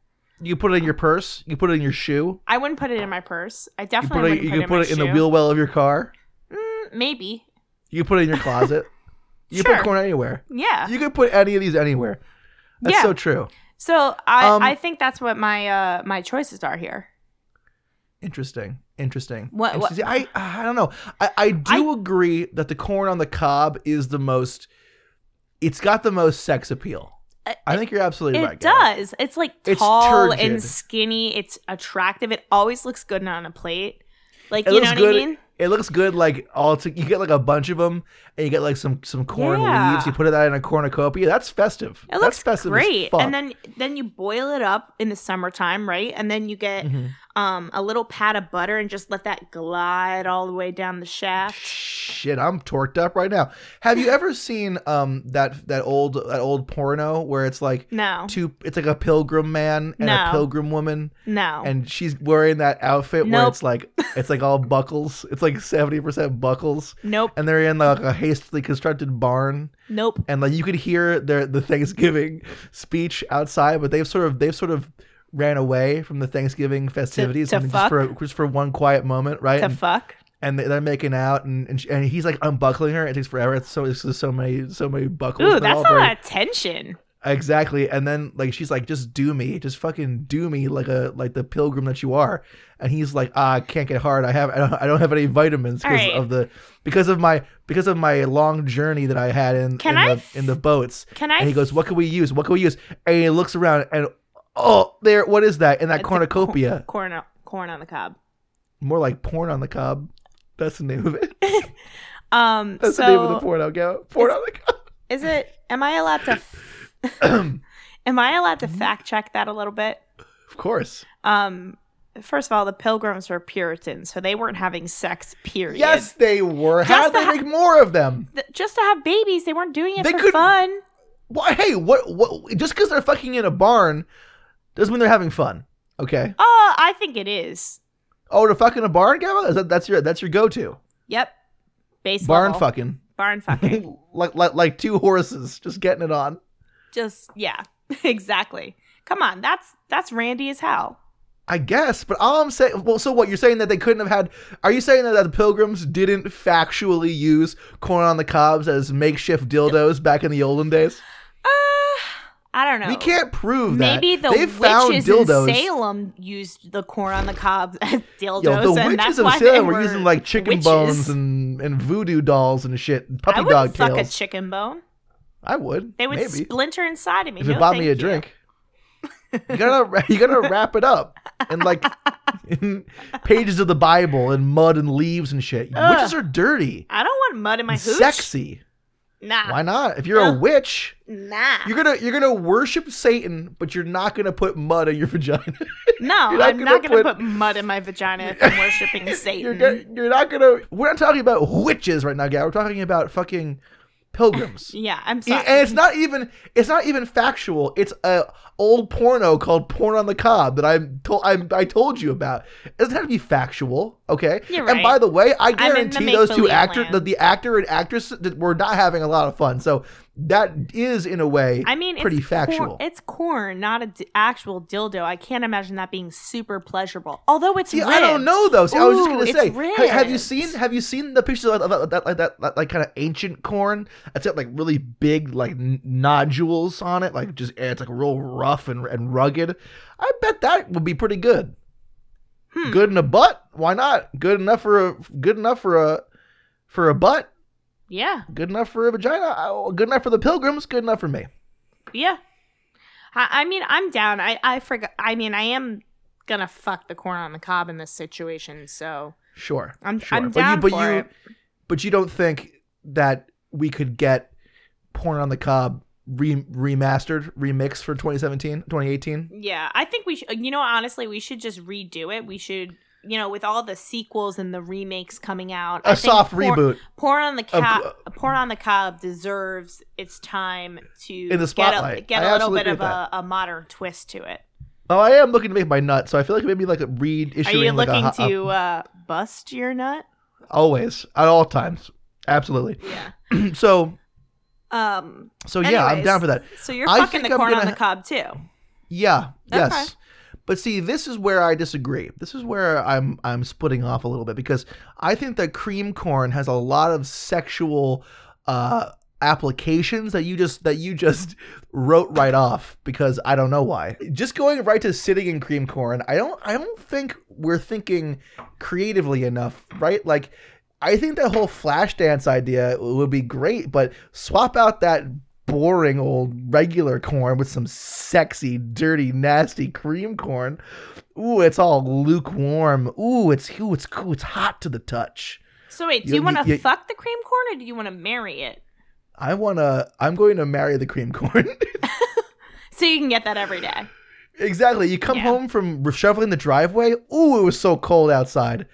S2: You put it in your purse. You put it in your shoe.
S3: I wouldn't put it in my purse. I
S2: You
S3: definitely
S2: put it.
S3: wouldn't
S2: You
S3: put
S2: can
S3: it in,
S2: put
S3: my
S2: it in the
S3: shoe.
S2: wheel well of your car.
S3: Mm, maybe.
S2: You put it
S3: *laughs*
S2: in your closet. you
S3: Sure.
S2: put corn anywhere.
S3: Yeah.
S2: You can put any of these anywhere. That's
S3: Yeah.
S2: so true.
S3: So I,
S2: Um,
S3: I think that's what my uh my choices are here.
S2: Interesting. Interesting.
S3: What- what-
S2: Interesting. I I don't know. I, I do agree that the corn on the cob is the most. It's got the most sex appeal.
S3: I-
S2: I think you're absolutely
S3: It
S2: right. Gabby.
S3: does. It's like
S2: It's
S3: tall
S2: turgid.
S3: and skinny. It's attractive. It always looks good on a plate. Like
S2: It
S3: you
S2: looks
S3: know what
S2: good
S3: I mean?
S2: It looks good, like all to, you get like a bunch of them, and you get like some some corn
S3: Yeah.
S2: leaves. You put that in a cornucopia. That's festive.
S3: It looks
S2: That's festive as
S3: great.
S2: fuck.
S3: And then then you boil it up in the summertime, right? And then you get
S2: Mhm.
S3: um a little pat of butter and just let that glide all the way down the shaft.
S2: shit, I'm torqued up right now. Have you ever seen um that that old that old porno where it's like
S3: No.
S2: two? It's like a pilgrim man and a
S3: No.
S2: pilgrim woman,
S3: No.
S2: and she's wearing that outfit where
S3: Nope.
S2: it's like it's like all buckles. It's like seventy percent buckles,
S3: nope.
S2: and they're in like a hastily constructed barn.
S3: Nope.
S2: and like you could hear their the Thanksgiving speech outside, but they've sort of they've sort of ran away from the Thanksgiving festivities
S3: to
S2: and just
S3: fuck?
S2: for just for one quiet moment, right?
S3: The
S2: And,
S3: fuck?
S2: and they- they're making out, and and, she, and he's like unbuckling her. It takes forever. It's so it's just so many so many buckles.
S3: Ooh,
S2: and they're
S3: that's
S2: all
S3: a
S2: very-
S3: lot of tension.
S2: exactly. And then like she's like, just do me, just fucking do me, like a like the pilgrim that you are. And he's like, ah, I can't get hard. I have I don't, I don't have any vitamins
S3: All
S2: because
S3: right.
S2: of the because of my because of my long journey that I had in
S3: Can
S2: in,
S3: I
S2: the, in the boats
S3: Can I
S2: and he goes, "What can we use? What can we use?" And he looks around and oh, there! What is that? And that
S3: It's a
S2: cornucopia,
S3: corn corn, corn on the cob.
S2: more like porn on the cob. That's the name of it.
S3: Um
S2: That's
S3: so
S2: the name of the porno. Go porn on the cob.
S3: Is it? Am I allowed to? f- am I allowed to
S2: Mm-hmm.
S3: fact check that a little bit?
S2: *clears throat* Of course.
S3: Um, first of all, the Pilgrims were Puritans, so they weren't having sex. Period.
S2: Yes, they were. How
S3: Just
S2: did they
S3: the-
S2: make more of them?
S3: Th- just to have babies, they weren't doing it
S2: They
S3: for
S2: couldn't-
S3: fun.
S2: Why? Hey, what? What? Just because they're fucking in a barn doesn't mean they're having fun. Okay.
S3: Oh, I think it is.
S2: Oh, to fuck in a barn, Gabba? Is that that's your that's your go to
S3: Yep. Base
S2: barn
S3: level.
S2: fucking? *laughs*
S3: Barn fucking.
S2: like like like two horses just getting it on.
S3: just yeah, *laughs* exactly. Come on, that's that's randy as hell.
S2: I guess, but all I'm saying, well, so what you're saying that they couldn't have had? Are you saying that, that the pilgrims didn't factually use corn on the cobs as makeshift dildos back in the olden days?
S3: Uh, I don't know.
S2: We can't prove that.
S3: Maybe the
S2: they
S3: witches
S2: found dildos.
S3: in Salem used the corn on the cob *laughs* as dildos,
S2: Yo, the
S3: and
S2: witches
S3: that's
S2: of
S3: why they
S2: Salem
S3: were
S2: were using like chicken
S3: witches.
S2: bones and, and voodoo dolls and shit, and
S3: I
S2: puppy
S3: would
S2: dog
S3: fuck a
S2: tails.
S3: chicken bone.
S2: I would.
S3: They would
S2: maybe
S3: splinter inside of me.
S2: if
S3: no,
S2: it bought
S3: thank
S2: me a
S3: you. *laughs*
S2: drink. You gotta *laughs* you gotta wrap it up in
S3: *laughs*
S2: like in pages of the Bible and mud and leaves and shit.
S3: Ugh.
S2: Witches are dirty.
S3: I don't want mud in my
S2: and
S3: hooch. Ah.
S2: sexy.
S3: Nah,
S2: Why not? If you're a
S3: Ugh.
S2: witch,
S3: nah.
S2: you're gonna you're gonna worship Satan, but you're not gonna put mud in your *laughs* vagina.
S3: no,
S2: you're not
S3: I'm not
S2: gonna
S3: gonna
S2: put-
S3: put mud in my vagina if I'm worshiping
S2: *laughs*
S3: Satan.
S2: you're gonna, you're not gonna. We're not talking about witches right now, guy. We're talking about fucking pilgrims.
S3: *laughs* yeah, I'm
S2: And
S3: sorry.
S2: it's not even it's not even factual. It's a old porno called Porn on the Cob that I'm told I, I told you about. It doesn't have to be factual, okay?
S3: You're
S2: And
S3: right.
S2: by the way, I
S3: the
S2: guarantee those two
S3: make-believe
S2: actors,
S3: land.
S2: the, the actor and actress, that were not having a lot of fun. So that is in a way
S3: I mean,
S2: pretty
S3: it's
S2: factual.
S3: Corn, it's corn, not an actual dildo. I can't imagine that being super pleasurable. Although it's
S2: See,
S3: ribbed.
S2: I don't know though. See, I was just
S3: Ooh,
S2: gonna
S3: it's
S2: say, ha- have you
S3: ribbed.
S2: seen have you seen the pictures of, of, of that like that like, kind of ancient corn? It's got like really big like n- nodules on it, like just and it's like real rough and and rugged. I bet that would be pretty good.
S3: Hmm.
S2: Good in a butt? Why not? Good enough for a good enough for a for a butt.
S3: Yeah,
S2: Good enough for a vagina. Oh, Good enough for the pilgrims. Good enough for me.
S3: yeah. I, I mean, I'm down. I I forgot. I mean, I am gonna fuck the corn on the cob in this situation. So
S2: Sure.
S3: I'm
S2: sure.
S3: I'm down
S2: but you, but
S3: for
S2: you,
S3: it.
S2: But you don't think that we could get porn on the cob re- remastered, remixed for 2017, 2018.
S3: Yeah, I think we should. You know, honestly, we should just redo it. We should, you know, with all the sequels and the remakes coming out,
S2: A
S3: I think
S2: soft
S3: Porn-
S2: reboot
S3: Porn on the
S2: Of-
S3: cob, Porn on the cob deserves its time to
S2: the spotlight. I
S3: Get a, get a little
S2: absolutely
S3: bit
S2: agree
S3: of
S2: with
S3: a, a modern twist to it.
S2: Oh, I am looking to make my nut, so I feel like maybe like a read
S3: Are
S2: issuing.
S3: you
S2: like
S3: looking
S2: a, ho-
S3: to uh, bust your nut?
S2: a- always at all times? Absolutely. *clears throat*
S3: Yeah.
S2: so
S3: Um.
S2: so yeah, I'm
S3: Anyways.
S2: down for that.
S3: So you're
S2: I
S3: fucking
S2: think
S3: the
S2: I'm
S3: corn on
S2: gonna
S3: the cob too.
S2: Yeah.
S3: Okay.
S2: Yes. But see, this is where I disagree. This is where I'm I'm splitting off a little bit because I think that cream corn has a lot of sexual uh, applications that you just that you just *laughs* wrote right off because I don't know why. Just going right to sitting in cream corn, I don't I don't think we're thinking creatively enough, right? Like I think that whole flash dance idea would be great, but swap out that boring old regular corn with some sexy, dirty, nasty cream corn. Ooh, it's all lukewarm. Ooh, it's ooh, it's cool. It's hot to the touch.
S3: So wait, do
S2: You-
S3: you, want
S2: you-
S3: to fuck the cream corn or do you want to marry it?
S2: I wanna. I'm going to marry the cream corn. *laughs*
S3: So you can get that every day.
S2: exactly. You come
S3: Yeah.
S2: home from shoveling the driveway. Ooh, it was so cold outside.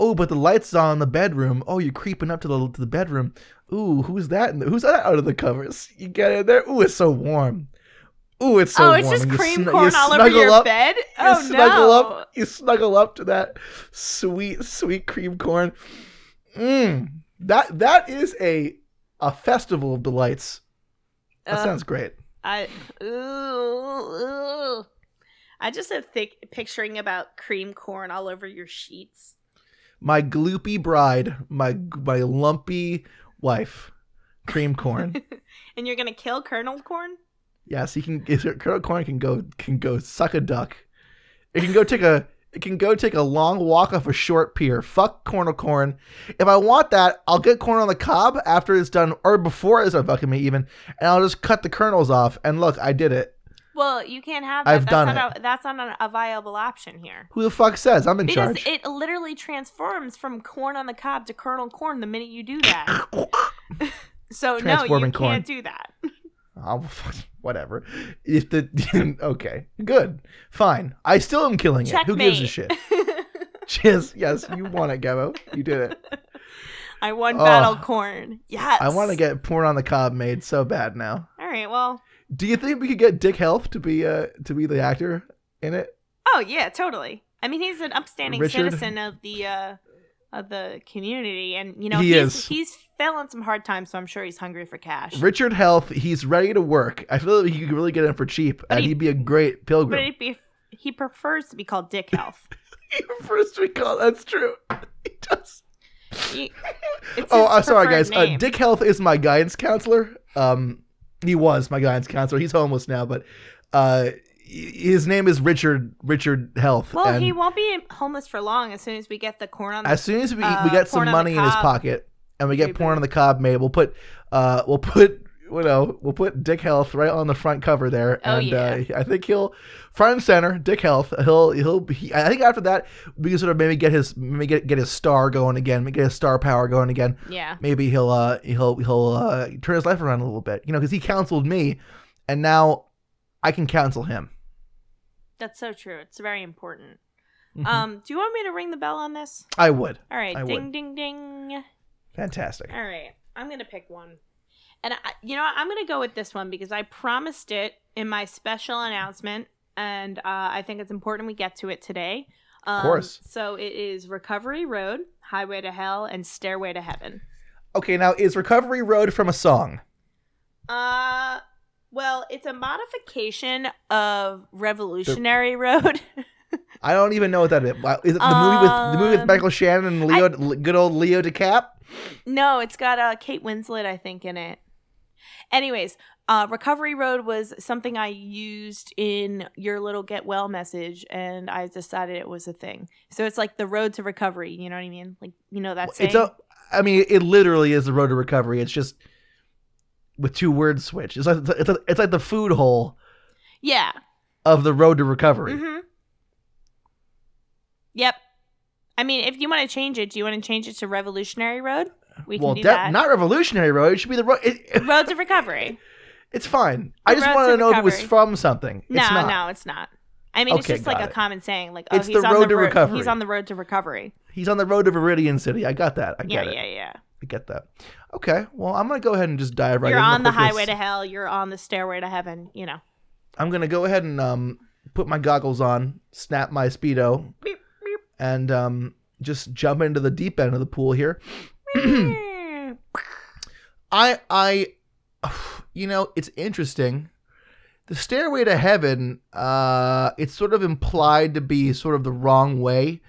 S2: Oh, but the lights on in the bedroom. Oh, you're creeping up to the to the bedroom. Ooh, who's that? In the, who's that under the covers? You get in there. Ooh, it's so warm. Ooh, it's so
S3: oh,
S2: warm.
S3: it's just
S2: And you
S3: cream
S2: snu- you
S3: corn all over
S2: snuggle
S3: your
S2: up.
S3: bed.
S2: You
S3: Oh
S2: snuggle
S3: no!
S2: up. You snuggle up to that sweet, sweet cream corn. Mmm. That that is a a festival of delights. That
S3: Ugh,
S2: sounds great.
S3: I ooh, ooh. I just have thick picturing about cream corn all over your sheets.
S2: My gloopy bride, my my lumpy wife, cream corn.
S3: and you're gonna kill Colonel Corn?
S2: yes, he can. Colonel Corn can go can go suck a duck. It can go take a. It can go take a long walk off a short pier. Fuck cornel corn. If I want that, I'll get corn on the cob after it's done, or before it's done fucking me even, and I'll just cut the kernels off. And look, I did it.
S3: Well, you can't have that.
S2: I've
S3: that's
S2: done
S3: not A, that's not an- a viable option here.
S2: Who the fuck says I'm in
S3: Because
S2: charge?
S3: it literally transforms from corn on the cob to Colonel Corn the minute you do that.
S2: *coughs* *laughs*
S3: So no, you
S2: Transforming
S3: can't
S2: corn.
S3: do that.
S2: I'll, Oh, whatever. If the *laughs* okay, good, fine. I still am killing it. Who gives a
S3: Checkmate. *laughs*
S2: shit? Yes, yes, you won it, Gabo. You did it.
S3: I won
S2: Oh.
S3: battle corn. Yes.
S2: I want to get porn on the cob made so bad now.
S3: All right. Well.
S2: Do you think we could get Dick Health to be uh to be the actor in it?
S3: Oh yeah, totally. I mean, he's an upstanding
S2: Richard?
S3: citizen of the uh, of the community, and you know
S2: He
S3: he's
S2: is.
S3: he's fell on some hard times, so I'm sure he's hungry for cash.
S2: Richard Health, he's ready to work. I feel like he could really get in for cheap, and
S3: he-
S2: he'd be a great
S3: But
S2: pilgrim.
S3: it be he prefers to be called Dick Health.
S2: *laughs* First we call that's true. *laughs* He does. *laughs*
S3: He- it's
S2: Oh,
S3: his
S2: I'm sorry,
S3: preferred
S2: guys. Uh,
S3: name.
S2: Dick Health is my guidance counselor. Um, he was my guidance counselor. He's homeless now, but uh, h- his name is Richard Richard Health.
S3: Well,
S2: and
S3: he won't be homeless for long. As soon as we get the corn on, the-
S2: as soon as we,
S3: uh,
S2: we get some
S3: Porn on the
S2: money in his
S3: Cob.
S2: pocket and we get
S3: Reboot.
S2: porn on the cob made, we'll put uh we'll put you know we'll put Dick Health right on the front cover there,
S3: Oh,
S2: and
S3: yeah.
S2: uh, I think he'll front and center Dick Health. He'll he'll he, I think after that we can sort of maybe get his maybe get get his star going again, maybe get his star power going again.
S3: yeah,
S2: Maybe he'll uh he'll he'll uh, turn his life around a little bit, you know, because he counseled me, and now I can counsel him.
S3: that's so true. It's very important.
S2: Mhm.
S3: Um, do you want me to ring the bell on this?
S2: I would
S3: All right,
S2: I
S3: ding,
S2: would.
S3: ding, ding.
S2: fantastic.
S3: All right, I'm gonna pick one, and I, you know what? I'm gonna go with this one because I promised it in my special announcement, and uh, I think it's important we get to it today. Um,
S2: course.
S3: So it is Recovery Road, Highway to Hell, and Stairway to Heaven.
S2: Okay, now is Recovery Road from a song?
S3: Uh, well, it's a modification of Revolutionary Road. *laughs*
S2: I don't even know what that is. Wow, Is it the movie with the movie with
S3: Um,
S2: Michael Shannon and Leo, l- good old Leo DeCap?
S3: no, it's got uh, Kate Winslet, I think, in it. Anyways, uh, Recovery Road was something I used in your little get well message, and I decided it was a thing. So it's like the road to recovery. You know what I mean? Like you know that saying.
S2: It's a. I mean, it literally is the road to recovery. It's just with two word switch. It's like it's, like- it's like the food hole
S3: yeah.
S2: of the road to recovery.
S3: Mm-hmm. Yep. I mean, if you want to change it, do you want to change it to Revolutionary Road? We
S2: well,
S3: can do
S2: that-
S3: that.
S2: not revolutionary road. It should be the road. It,
S3: road to recovery.
S2: It's fine. I just
S3: road
S2: wanted
S3: to
S2: to know if it was
S3: recovery.
S2: from something.
S3: No,
S2: it's not.
S3: no, it's not. I mean,
S2: Okay,
S3: it's just like
S2: got
S3: a
S2: it.
S3: common saying, like, oh,
S2: It's the
S3: he's on
S2: road
S3: the
S2: to
S3: road.
S2: recovery.
S3: He's on the road to recovery.
S2: He's on the road to Viridian City. I got that. I
S3: Yeah,
S2: get it.
S3: yeah, yeah.
S2: I get that. Okay. Well, I'm gonna go ahead and just dive right.
S3: you're
S2: in
S3: on the
S2: real quick.
S3: highway to hell. You're on the stairway to heaven.
S2: *clears throat*
S3: You know.
S2: I'm gonna go ahead and um put my goggles on, snap my speedo,
S3: Beep, beep.
S2: and um just jump into the deep end of the pool here. I I *sighs* you know, it's interesting. The stairway to heaven, uh it's sort of implied to be sort of the wrong way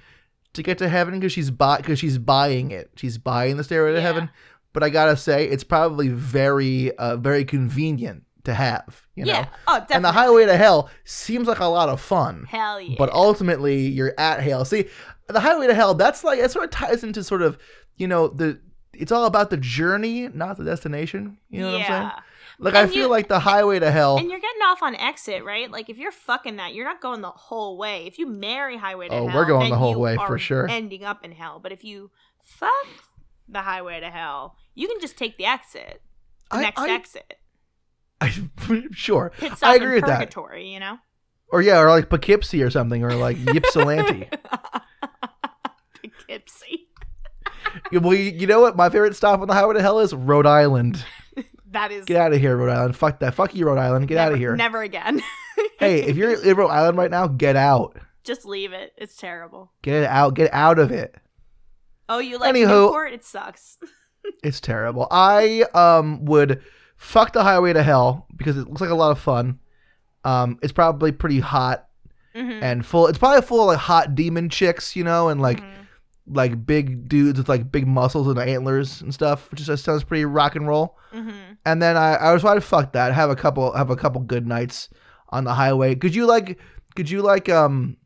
S2: to get to heaven because she's buy because she's buying it. She's buying the stairway to
S3: Yeah.
S2: heaven. But I gotta say, it's probably very uh very convenient to have, you know.
S3: yeah. Oh, definitely.
S2: And the highway to hell seems like a lot of fun.
S3: hell yeah.
S2: But ultimately, you're at hell. See, the highway to hell. That's like that sort of ties into sort of you know the. It's all about the journey, not the destination. You know what I'm saying? Like I
S3: And
S2: feel
S3: you-
S2: like the highway to hell.
S3: And you're getting off on exit, right? Like if you're fucking that, you're not going the whole way. If you marry highway to
S2: Oh,
S3: hell,
S2: we're going
S3: then
S2: the whole
S3: you
S2: way
S3: are
S2: for sure.
S3: Ending up in hell. But if you fuck the highway to hell, you can just take the exit, the
S2: I,
S3: next
S2: I,
S3: exit.
S2: I, *laughs* sure.
S3: Pit stop
S2: I agree
S3: in
S2: with that.
S3: purgatory, you know?
S2: Or yeah, or like Poughkeepsie or something, or like
S3: *laughs*
S2: Ypsilanti.
S3: Poughkeepsie.
S2: You- well, you, you know what? My favorite stop on the highway to hell is Rhode Island.
S3: That is
S2: Get out of here, Rhode Island. Fuck that. Fuck you, Rhode Island. Get out
S3: never-
S2: of here.
S3: Never again. *laughs*
S2: Hey, if you're in Rhode Island right now, get out.
S3: just leave it. It's terrible.
S2: Get out. Get out of it.
S3: Oh, you like
S2: Anywho-
S3: Newport? It sucks.
S2: It's terrible. I um would fuck the highway to hell because it looks like a lot of fun. Um, it's probably pretty hot
S3: Mhm.
S2: and full. It's probably full of like hot demon chicks, you know, and like
S3: Mhm.
S2: like big dudes with like big muscles and antlers and stuff, which just sounds pretty rock and roll.
S3: Mhm.
S2: And then I I was trying to fuck that. Have a couple have a couple good nights on the highway. Could you like could you like um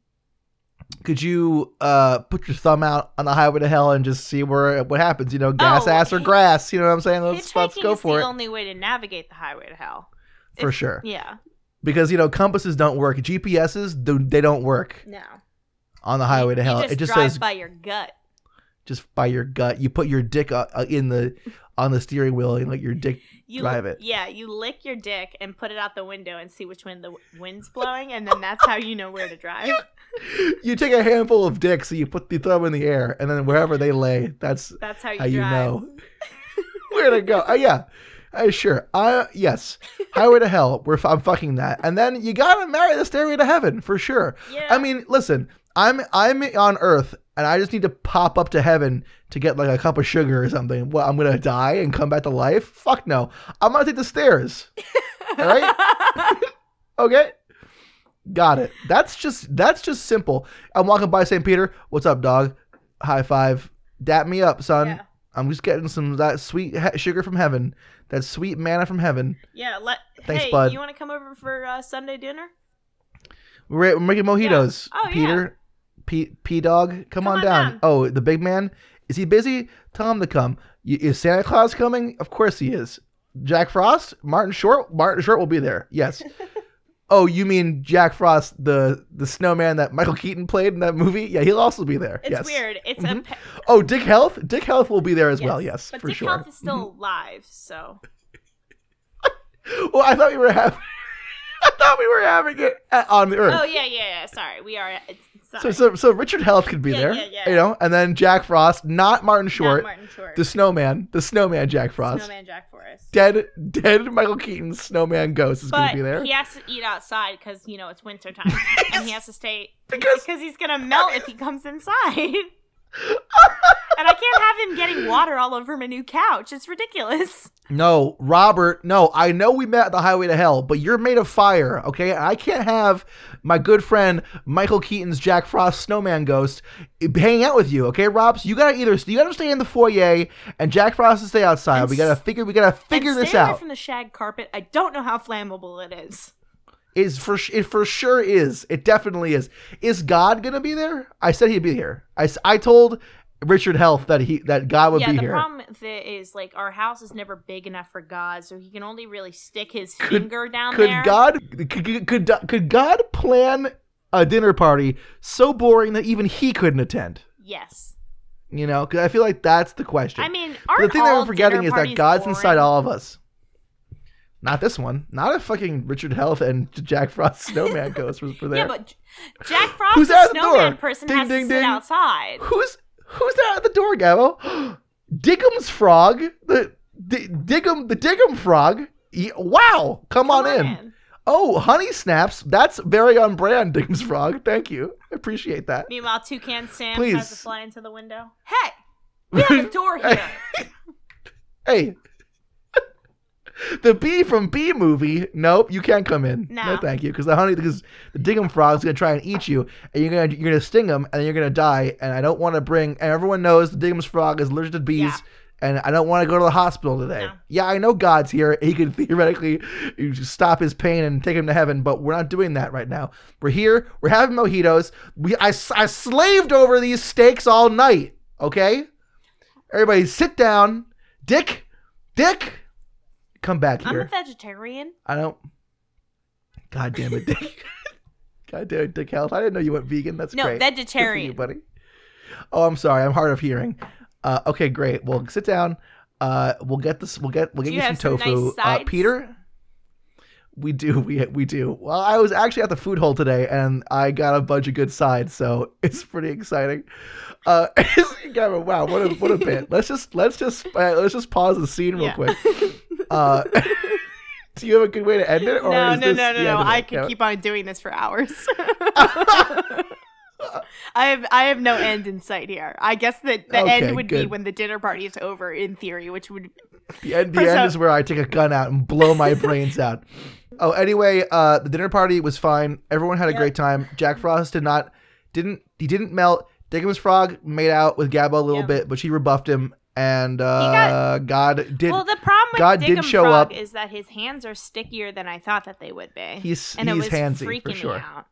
S2: could you uh put your thumb out on the highway to hell and just see where what happens? You know, gas,
S3: Oh,
S2: ass, or
S3: hi-
S2: grass. You know what I'm saying? Let's
S3: Hitchhiking
S2: let's go
S3: is
S2: for
S3: the
S2: it
S3: only way to navigate the highway to hell.
S2: for
S3: if-
S2: sure.
S3: Yeah.
S2: Because you know compasses don't work. GPSs do, they don't work
S3: No.
S2: on the highway to
S3: You
S2: hell.
S3: just
S2: it just
S3: drive
S2: says
S3: by your gut.
S2: just by your gut. You put your dick uh, uh, in the on the steering wheel and let your dick. *gasps*
S3: You
S2: Drive it.
S3: Yeah, you lick your dick and put it out the window and see which one the w- wind's blowing, and then that's how you know where
S2: *laughs*
S3: to drive.
S2: You take a handful of dicks and you put the thumb in the air, and then wherever they lay, that's
S3: That's how you
S2: how
S3: drive.
S2: you know where to go. Uh, yeah, uh, sure. I yes, highway to hell. We're f- I'm fucking that, and then you gotta marry the stairway to heaven for sure.
S3: Yeah.
S2: I mean, listen, I'm I'm on Earth, and I just need to pop up to heaven to get like a cup of sugar or something. Well, I'm gonna die and come back to life? Fuck no. I'm gonna take the stairs. All right.
S3: *laughs*
S2: Okay. Got it. That's just that's just simple. I'm walking by St. Peter. What's up, dog? High five. Dap me up, son.
S3: Yeah.
S2: I'm just getting some of that sweet he- sugar from heaven, that sweet manna from heaven.
S3: Yeah. Let.
S2: Thanks,
S3: hey,
S2: bud.
S3: you want to come over for uh, Sunday dinner?
S2: We're, we're making mojitos,
S3: Yeah. Oh, yeah.
S2: Peter. P P dog, come, on, down. Oh, the big man. Is he busy? Tell him to come. Y- is Santa Claus coming? Of course he is. Jack Frost, Martin Short. Martin Short will be there.
S3: *laughs*
S2: Yes. oh, you mean Jack Frost, the the snowman that Michael Keaton played in that movie? Yeah, he'll also be there.
S3: It's
S2: yes.
S3: weird. It's a
S2: Mhm.
S3: pe-
S2: Oh, Dick Health. Dick Health will be there as well. Yes,
S3: But
S2: for
S3: Dick
S2: sure. Mm-hmm.
S3: Health is still alive, so
S2: well, I thought we were having. *laughs* I thought we were having it a- on the earth.
S3: Oh yeah, yeah, yeah. Sorry, we are. It's, Oh, sorry.
S2: So, so, so Richard Health could be
S3: Yeah,
S2: there,
S3: yeah, yeah.
S2: you know, and then Jack Frost, not Martin Short,
S3: Not Martin Short.
S2: the snowman, the snowman Jack Frost,
S3: Snowman Jack Forrest.
S2: dead, dead Michael Keaton's snowman ghost is going
S3: but
S2: to be there
S3: he has to eat outside because you know it's
S2: *laughs*
S3: winter time, and he has to stay
S2: because
S3: because he's gonna melt if he comes inside.
S2: *laughs*
S3: and I can't have him getting water all over my new couch. It's ridiculous.
S2: no, Robert, no, I know we met at the highway to hell, but you're made of fire, okay? And I can't have my good friend Michael Keaton's Jack Frost snowman ghost eh, hang out with you, okay, Robs? You gotta either you gotta stay in the foyer and Jack Frost to stay outside.
S3: And
S2: we gotta
S3: s-
S2: figure we gotta
S3: And
S2: figure this
S3: stay away
S2: out.
S3: from the shag carpet. I don't know how flammable it is.
S2: is for sh- it for sure is it definitely is is god gonna be there i said he'd be here i, s- I told richard health that he that god would
S3: yeah,
S2: be
S3: the
S2: here
S3: problem with it is like our house is never big enough for God, so he can only really stick his
S2: Could-
S3: finger down
S2: could
S3: there.
S2: god could, could- could could god plan a dinner party so boring that even he couldn't attend
S3: Yes.
S2: you know 'Cause i feel like that's the question
S3: I mean,
S2: But
S3: aren't
S2: the thing that
S3: all
S2: we're forgetting
S3: dinner
S2: is that
S3: parties
S2: god's
S3: boring?
S2: inside all of us Not this one. Not a fucking Richard Health and Jack Frost *laughs* Snowman ghost was for
S4: Yeah,
S2: there.
S4: but J-
S2: *laughs*
S4: Jack Frost,
S2: Who's
S4: the
S2: at the
S4: snowman
S2: door?
S4: person,
S2: Ding,
S4: has
S2: ding,
S4: to sit
S2: ding.
S4: outside.
S2: Who's who's that at the door, Gabo? *gasps* Dickums frog. The D- Diggum the Diggum frog. Ye- wow, come, on, in. Oh, honey snaps. That's very on brand, Diggums frog. Thank you. I appreciate that.
S4: Meanwhile, Toucan Sam tries to
S2: Please.
S4: fly into the window. Hey, we
S2: *laughs*
S4: have a door here.
S2: hey. The bee from Bee Movie. Nope, you can't come in.
S4: No.
S2: thank you, because the honey, because the Diggum frog's gonna try and eat you, and you're gonna you're gonna sting him, and then you're gonna die. And I don't want to bring. And everyone knows the Diggum's frog is allergic to bees,
S4: Yeah.
S2: and I don't want to go to the hospital today.
S4: No.
S2: Yeah, I know God's here. He could theoretically stop his pain and take him to heaven, but we're not doing that right now. We're here. We're having mojitos. We I s- I slaved over these steaks all night. Okay, everybody, sit down. Dick, Dick, come back
S4: I'm
S2: here.
S4: a vegetarian.
S2: I don't. God damn
S4: *laughs*
S2: it, Dick. God damn it, Dick Health. I didn't know you went vegan. That's
S4: No,
S2: great. Good for you,
S4: vegetarian.
S2: buddy. Oh, I'm sorry. I'm hard of hearing. Uh, okay, great. Well, sit down. Uh, we'll get this. We'll get. We'll
S4: Do
S2: get
S4: you
S2: you some
S4: have some nice
S2: tofu, uh,
S4: sides?
S2: Peter. We do. *laughs* We we do. Well, I was actually at the food hall today, and I got a bunch of good sides, so *laughs* it's pretty exciting. Uh, *laughs* Gavin, wow, what a what a bit. Let's just let's just uh, let's just pause the scene real
S3: Yeah.
S2: quick. Uh, *laughs* do you have a good way to end it? Or
S3: no,
S2: is
S3: no,
S2: this
S3: no,
S2: the
S3: no, no.
S2: end of it,
S3: I could
S2: Gavin?
S3: keep on doing this for
S2: *laughs*
S3: hours. *laughs* I have I have no end in sight here. I guess that the
S2: Okay,
S3: end would be
S2: good.
S3: when the dinner party is over, in theory, which would
S2: The end, the
S3: First
S2: end
S3: up-
S2: is where I take a gun out and
S4: *laughs*
S2: blow my brains out. Oh, anyway, uh, the dinner party was fine. Everyone had a great time. Jack Frost did not, didn't he? Didn't melt. Diggum's frog made out with Gabba a little
S4: Yeah.
S2: bit, but she rebuffed him, and uh, God did.
S4: well, the problem with
S2: God did
S4: Diggum
S2: show
S4: Frog
S2: up.
S4: is that his hands are stickier than I thought that they would be.
S2: he's
S4: and it
S2: he's
S4: was
S2: handsy
S4: freaking
S2: for sure.
S4: me out.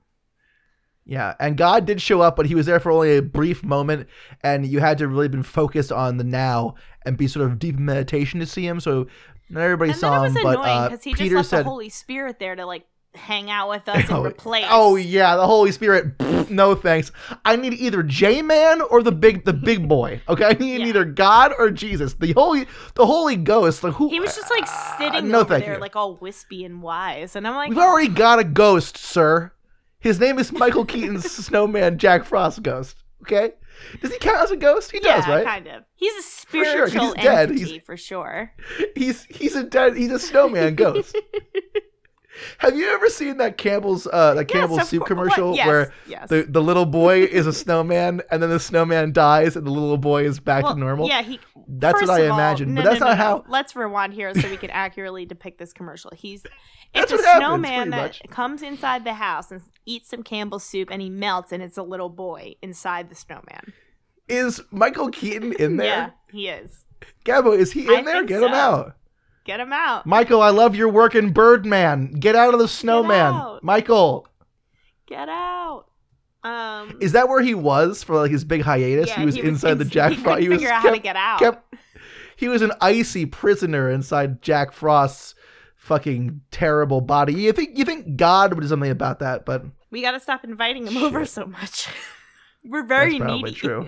S2: Yeah, and God did show up, but he was there for only a brief moment, and you had to really been focused on the now and be sort of deep in meditation to see him. So not everybody
S4: And then it
S2: saw
S4: was
S2: him,
S4: annoying
S2: but uh,
S4: because he just
S2: Peter
S4: left
S2: said,
S4: the Holy Spirit there to like hang out with
S2: *laughs*
S4: us and replace.
S2: "Oh yeah, the Holy Spirit. Pfft, no thanks. I need either J Man or the big the big boy. Okay, I need
S4: Yeah.
S2: either God or Jesus. The Holy the Holy Ghost. Like who?
S4: He was just like
S2: Ah,
S4: sitting
S2: no,
S4: over
S2: thank
S4: there,
S2: you.
S4: like all wispy and wise, and I'm like,
S2: We've already got a ghost, sir. His name is Michael
S4: *laughs*
S2: Keaton's Snowman Jack Frost ghost. Okay, does he count as a ghost? He does,
S4: yeah,
S2: right?
S4: kind of. He's a
S2: sure, 'cause
S4: spiritual
S2: he's dead.
S4: entity
S2: He's-
S4: for sure.
S2: He's he's a dead he's a snowman
S4: *laughs*
S2: ghost. Have you ever seen that Campbell's uh that Campbell's
S3: yes, of
S2: soup
S3: cour- what-
S2: commercial
S3: yes,
S2: where
S3: yes.
S2: the, the little boy is a snowman and then the snowman dies and the little boy is back
S4: Well,
S2: to normal?
S3: Yeah, he.
S2: That's
S3: first
S2: what I
S3: of all-
S2: imagined,
S3: no,
S2: but that's
S3: no,
S2: not
S3: no, no.
S2: how
S3: Let's rewind here so we can *laughs* accurately depict this commercial.
S2: *laughs*
S3: He's
S2: That's
S3: it's a
S2: what happens,
S3: snowman
S2: pretty
S3: that
S2: much.
S3: comes inside the house and eats some Campbell's soup, and he melts, and it's a little boy inside the snowman.
S2: is Michael Keaton in
S3: Yeah,
S2: there?
S3: he is.
S2: Gabo, is he in
S3: I
S2: there?
S3: think
S2: Get him
S3: so.
S2: out.
S3: Get him out.
S2: Michael, I love your work in Birdman. Get out of the snowman.
S3: out.
S2: Michael.
S3: Get out. Um,
S2: Is that where he was for like his big hiatus?
S3: yeah,
S2: he was inside the
S3: ins- *laughs*
S2: Jack
S3: He
S2: Frost. He
S3: couldn't
S2: was
S3: figure out how to
S2: kept-
S3: get out.
S2: kept he was an icy prisoner inside Jack Frost's fucking terrible body. You think you think God would do something about that, but
S3: We got to stop inviting him over
S2: Shit.
S3: so much. *laughs* We're very
S2: that's probably
S3: needy. *laughs*
S2: true.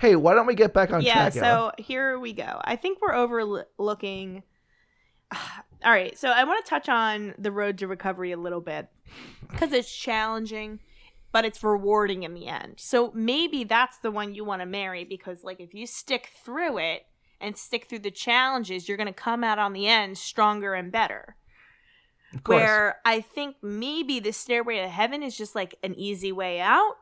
S2: hey, why don't we get back on
S3: yeah,
S2: track? Ella?
S3: so here we go. I think we're overlooking. *sighs* All right, so I want to touch on the road to recovery a little bit because it's challenging, but it's rewarding in the end. So maybe that's the one you want to marry because, like, if you stick through it and stick through the challenges, you're going to come out on the end stronger and better.
S2: Of course.
S3: Where I think maybe the stairway to heaven is just like an easy way out.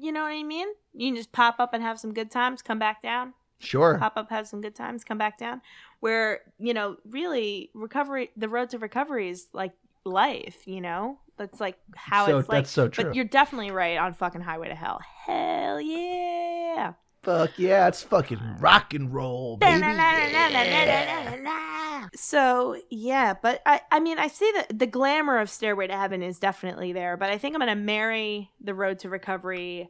S3: You know what I mean? You can just pop up and have some good times, come back down
S2: sure.
S3: pop up, have some good times, come back down. Where you know, really, recovery, the road to recovery is like life. You know, that's like how
S2: so
S3: it's like.
S2: that's so true.
S3: but you're definitely right on fucking highway to hell. Hell yeah!
S2: Fuck yeah, it's fucking rock and roll, baby. Yeah.
S3: So yeah, but I, I mean, I see that the glamour of Stairway to Heaven is definitely there, but I think I'm gonna marry the road to recovery.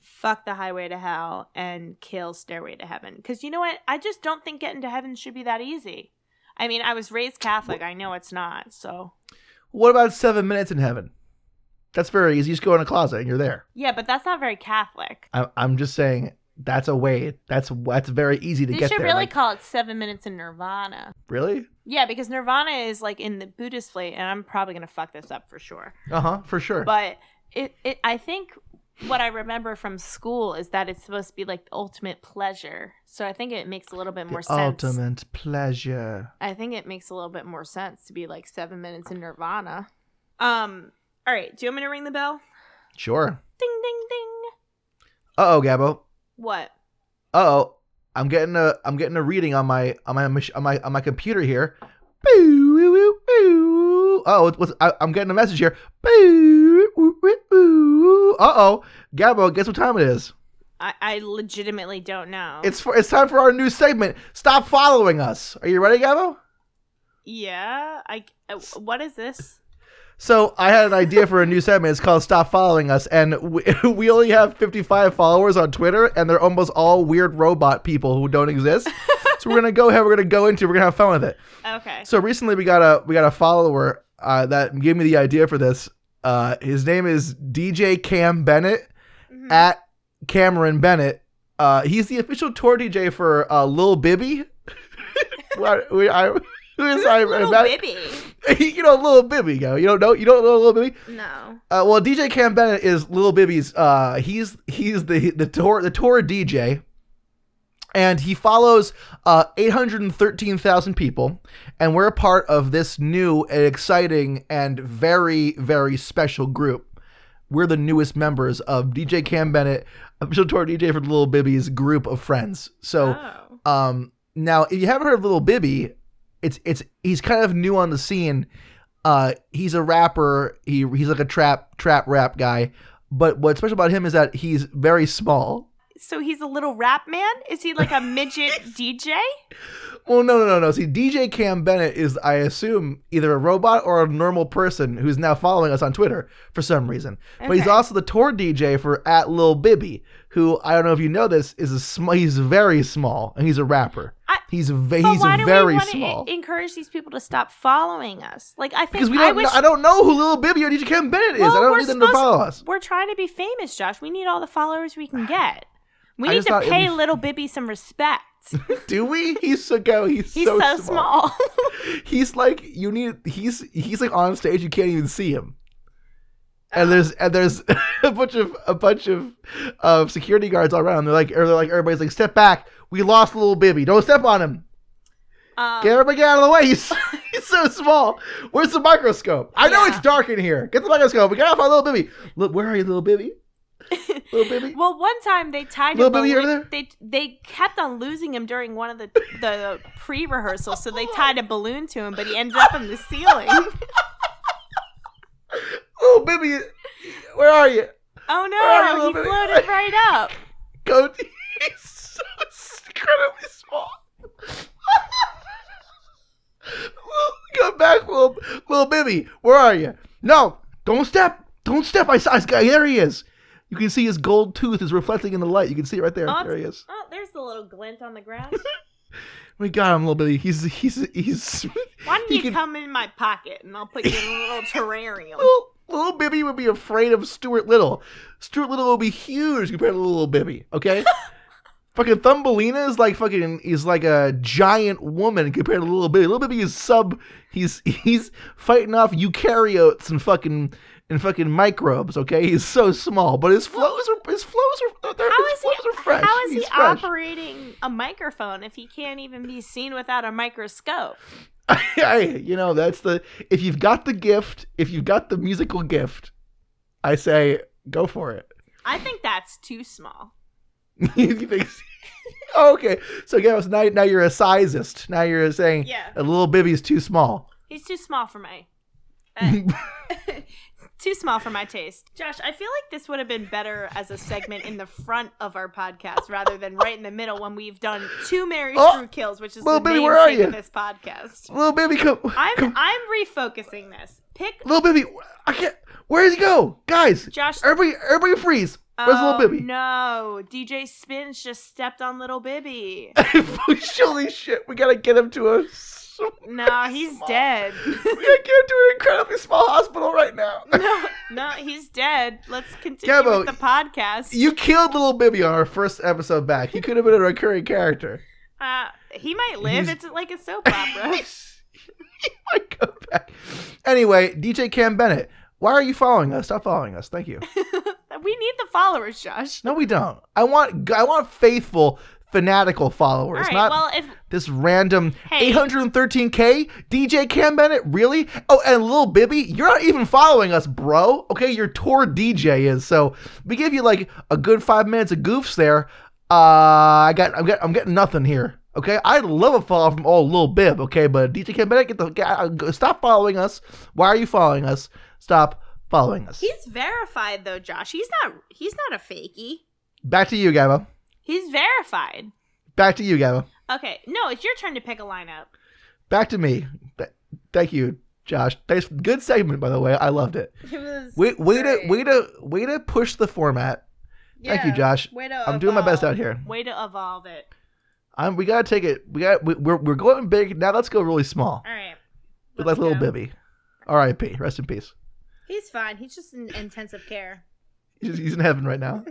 S3: Fuck the highway to hell and kill Stairway to Heaven. Because you know what? I just don't think getting to heaven should be that easy. I mean, I was raised Catholic. I know it's not. So,
S2: What about seven minutes in heaven? That's very easy. You just go in a closet and you're there.
S3: yeah, but that's not very Catholic.
S2: I- I'm just saying That's a way. That's that's very easy to
S3: They
S2: get
S3: should
S2: there.
S3: really
S2: like,
S3: call it Seven Minutes in Nirvana.
S2: really?
S3: Yeah, because Nirvana is like in the Buddhist faith, and I'm probably gonna fuck this up for sure.
S2: Uh huh. For sure.
S3: But it, it, I think what I remember from school is that it's supposed to be like the ultimate pleasure. So I think it makes a little bit
S2: the
S3: more sense.
S2: ultimate pleasure.
S3: I think it makes a little bit more sense to be like Seven Minutes in Nirvana. Um. All right. Do you want me to ring the bell?
S2: Sure.
S3: Ding, ding, ding.
S2: Uh oh, Gabbo.
S3: What?
S2: oh, I'm getting a I'm getting a reading on my on my mach- on my on my computer here. Boo, woo, woo, woo. Oh, it was, I, I'm getting a message here. Boo, woo, woo, woo. Uh-oh, Gabbo, guess what time it is?
S3: I, I legitimately don't know.
S2: It's for, it's time for our new segment. Stop following us. Are you ready, Gabbo?
S3: yeah. I. uh, What is this?
S2: So I had an idea for a new segment. It's called "Stop Following Us," and we, *laughs* we only have 55 followers on Twitter, and they're almost all weird robot people who don't exist. so we're gonna go ahead. We're gonna go into. We're gonna have fun with it.
S3: Okay.
S2: So recently we got a we got a follower uh, that gave me the idea for this. Uh, his name is DJ Cam Bennett
S3: Mhm.
S2: at Cameron Bennett. Uh, he's the official tour DJ for uh, Lil Bibby. *laughs* what, we, I, who is
S3: Who's
S2: I,
S3: Little
S2: that-
S3: Bibby?
S2: *laughs* you know Lil Bibby, yo. You don't know you don't know Lil Bibby?
S3: No.
S2: Uh, well, DJ Cam Bennett is Lil Bibby's. Uh, he's he's the the tour the tour DJ, and he follows uh, eight hundred and thirteen thousand people, and we're a part of this new and exciting and very very special group. We're the newest members of DJ Cam Bennett, official tour DJ for Lil Bibby's group of friends. So.
S3: Oh.
S2: Um, now, if you haven't heard of Little Bibby, it's it's he's kind of new on the scene. Uh, he's a rapper. He he's like a trap trap rap guy. But what's special about him is that he's very small.
S3: So he's a little rap man? Is he
S2: *laughs*
S3: like a midget DJ?
S2: Well, no, no, no, no. See, DJ Cam Bennett is, I assume, either a robot or a normal person who's now following us on Twitter for some reason. But he's
S3: Okay.
S2: also the tour DJ for at Lil Bibby, who I don't know if you know this is a sm- he's very small and he's a rapper.
S3: I-
S2: he's ve-
S3: But
S2: he's
S3: why do we
S2: very
S3: want
S2: small.
S3: to encourage these people to stop following us? Like I think
S2: Because we
S3: I
S2: don't,
S3: wish
S2: know, I don't know who Lil Bibby or DJ Cam Bennett is.
S3: Well,
S2: I don't
S3: we're
S2: need them to
S3: supposed-
S2: follow us.
S3: we're trying to be famous, Josh. We need all the followers
S2: *sighs*
S3: we can get. We
S2: I
S3: need
S2: just
S3: to
S2: thought it'd
S3: pay
S2: be-
S3: Little Bibby
S2: *laughs*
S3: some respect.
S2: Do we? He's so go. He's,
S3: He's
S2: so,
S3: so,
S2: small.
S3: small. *laughs*
S2: He's like you need. He's he's like on stage. You can't even see him. And there's and there's *laughs* a bunch of a bunch of of security guards all around. They're like or they're like everybody's like step back. We lost Lil Bibby. Don't step on him.
S3: Um,
S2: Get everybody out of the way. He's, *laughs* he's so small. Where's the microscope? I know
S3: Yeah.
S2: it's dark in here. Get the microscope. We gotta find Lil Bibby. Look, where are you, Lil
S3: *laughs*
S2: Bibby? Lil Bibby.
S3: well, one time they tied
S2: Little
S3: him. but
S2: Bibby
S3: we-
S2: over there?
S3: They they kept on losing him during one of the the pre rehearsals,
S2: *laughs*
S3: so they tied a balloon to him, but he ended up in the ceiling.
S2: Lil Bibby. Oh, Where are you? Oh,
S3: Oh no,
S2: Little
S3: he
S2: Bibby.
S3: floated right
S2: *laughs*
S3: up.
S2: Go. *laughs* He's so incredibly small. Lil- Go back, little little Bibby. Where are you? No, don't step. Don't step. I saw. I, saw- there he is. You can see his gold tooth is reflecting in the light. You can see it right there.
S3: Oh,
S2: there he is.
S3: Oh, there's the little glint on the ground.
S2: We got him, little Bibby. He's he's he's.
S3: Why don't
S2: He
S3: you
S2: could-
S3: come in my pocket and I'll put you in
S2: *laughs*
S3: a little terrarium?
S2: little, little Bibby would be afraid of Stuart Little. Stuart Little will be huge compared to little Bibby.
S3: *laughs*
S2: Okay. fucking Thumbelina is like fucking is like a giant woman compared to little Bibby. Little Bibby is sub. He's he's fighting off eukaryotes and fucking and fucking microbes. Okay, he's so small, but his flows are his flows are they're-
S3: How
S2: his
S3: is he-
S2: flows are fresh.
S3: How is
S2: he's
S3: he
S2: fresh. *laughs*
S3: operating a microphone if he can't even be seen without a microscope?
S2: hey, you know, that's the if you've got the gift, if you've got the musical gift, I say go for it.
S3: I think that's too small.
S2: *laughs* you think? Oh, okay, so yeah, so now now you're a sizist. Now you're saying
S3: Yeah,
S2: a little bibby's too small.
S3: he's too small for my.
S2: *laughs*
S3: uh, *laughs* too small for my taste. Josh, I feel like this would have been better as a segment in the front of our podcast rather than right in the middle when we've done two Mary
S2: Oh,
S3: Screw kills, which is
S2: Lil
S3: the
S2: Baby, where are
S3: namesake of
S2: you?
S3: this podcast.
S2: little bibby, come,
S3: I'm
S2: come
S3: I'm refocusing this. Pick
S2: little bibby. I can't. Where did he go, guys?
S3: Josh.
S2: Everybody, everybody freeze. Where's Lil
S3: Oh,
S2: Bibby?
S3: No, DJ Spins just stepped on Little Bibby.
S2: *laughs* Holy shit, we gotta get him to a. s-
S3: No, he's
S2: Small. *laughs*
S3: dead.
S2: We gotta get him to an incredibly small hospital right now. *laughs*
S3: no, no, he's dead. Let's continue
S2: Gabbo,
S3: with the podcast.
S2: You killed little Bibby on our first episode back. He could have been a recurring character.
S3: uh, he might live.
S2: He's-
S3: It's like a
S2: *laughs*
S3: soap opera. *laughs*
S2: He might come back. Anyway, DJ Cam Bennett, why are you following us? Stop following us. Thank you.
S3: we need the followers, Josh.
S2: No, we don't. I want I want faithful, fanatical
S3: All
S2: followers,
S3: right.
S2: not
S3: well, if
S2: this random
S3: Hey.
S2: 813k DJ Cam Bennett. Really? Oh, and Lil Bibby, you're not even following us, bro. Okay, your tour DJ is. So we give you like a good five minutes of goofs there. Uh, I got I'm getting I'm getting nothing here. Okay, I'd love a follow from old Lil Bib. Okay, but DJ Cam Bennett, get the get- uh, go- stop following us. Why are you following us? Stop following us.
S3: he's verified though, Josh. He's not. He's not a fakie.
S2: Back to you, Gabba.
S3: He's verified.
S2: Back to you, Gabba.
S3: Okay. No, it's your turn to pick a lineup. *laughs*
S2: Back to me. Th- thank you, Josh. Thanks. Good segment, by the way. I loved it.
S3: It was.
S2: Wait, way to
S3: Great.
S2: way to way to push the format. Thank you, Josh.
S3: Way to
S2: I'm doing my best
S3: evolve.
S2: out here.
S3: Way to evolve it.
S2: I'm, we gotta take it. We got we, we're we're going big now. Let's go really small.
S3: All right.
S2: With like
S3: let's
S2: little
S3: go.
S2: Bibby. R.I.P. Rest in peace.
S3: He's fine. He's just in intensive
S2: *laughs*
S3: care.
S2: He's, he's in heaven right
S3: *laughs*
S2: now,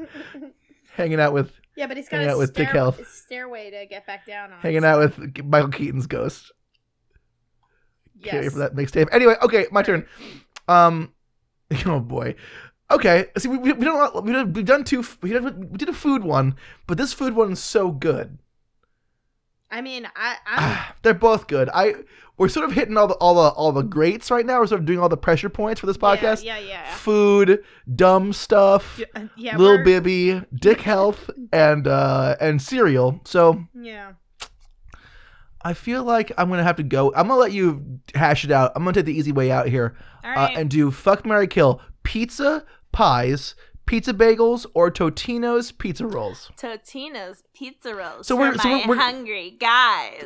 S2: hanging out with
S3: yeah, but he's got
S2: Hanging
S3: a
S2: out with Dick
S3: stair-
S2: Health.
S3: stairway to get back down on.
S2: hanging out with Michael Keaton's ghost.
S3: Yes.
S2: Can't wait for that mixtape. Anyway, okay, my turn. Um, *laughs* oh boy. Okay, see, we, we, we don't we did, we've done two. f- We did, we did a food one, but this food one's so good.
S3: I mean, I I'm,
S2: *sighs* They're both good. I we're sort of hitting all the all the all the greats right now. We're sort of doing all the pressure points for this podcast.
S3: Yeah, yeah,
S2: Food, dumb stuff,
S3: yeah. yeah. yeah
S2: Lil
S3: we're-
S2: Bibby, Dick Health, and uh and cereal. So
S3: Yeah.
S2: I feel like I'm gonna have to go. I'm gonna let you hash it out. I'm gonna take the easy way out here
S3: All
S2: uh,
S3: right.
S2: and do fuck Mary Kill pizza pies, pizza bagels, or Totino's pizza rolls.
S3: Totino's pizza rolls
S2: So we're-
S3: for
S2: so
S3: my
S2: we're- we're-
S3: hungry guys.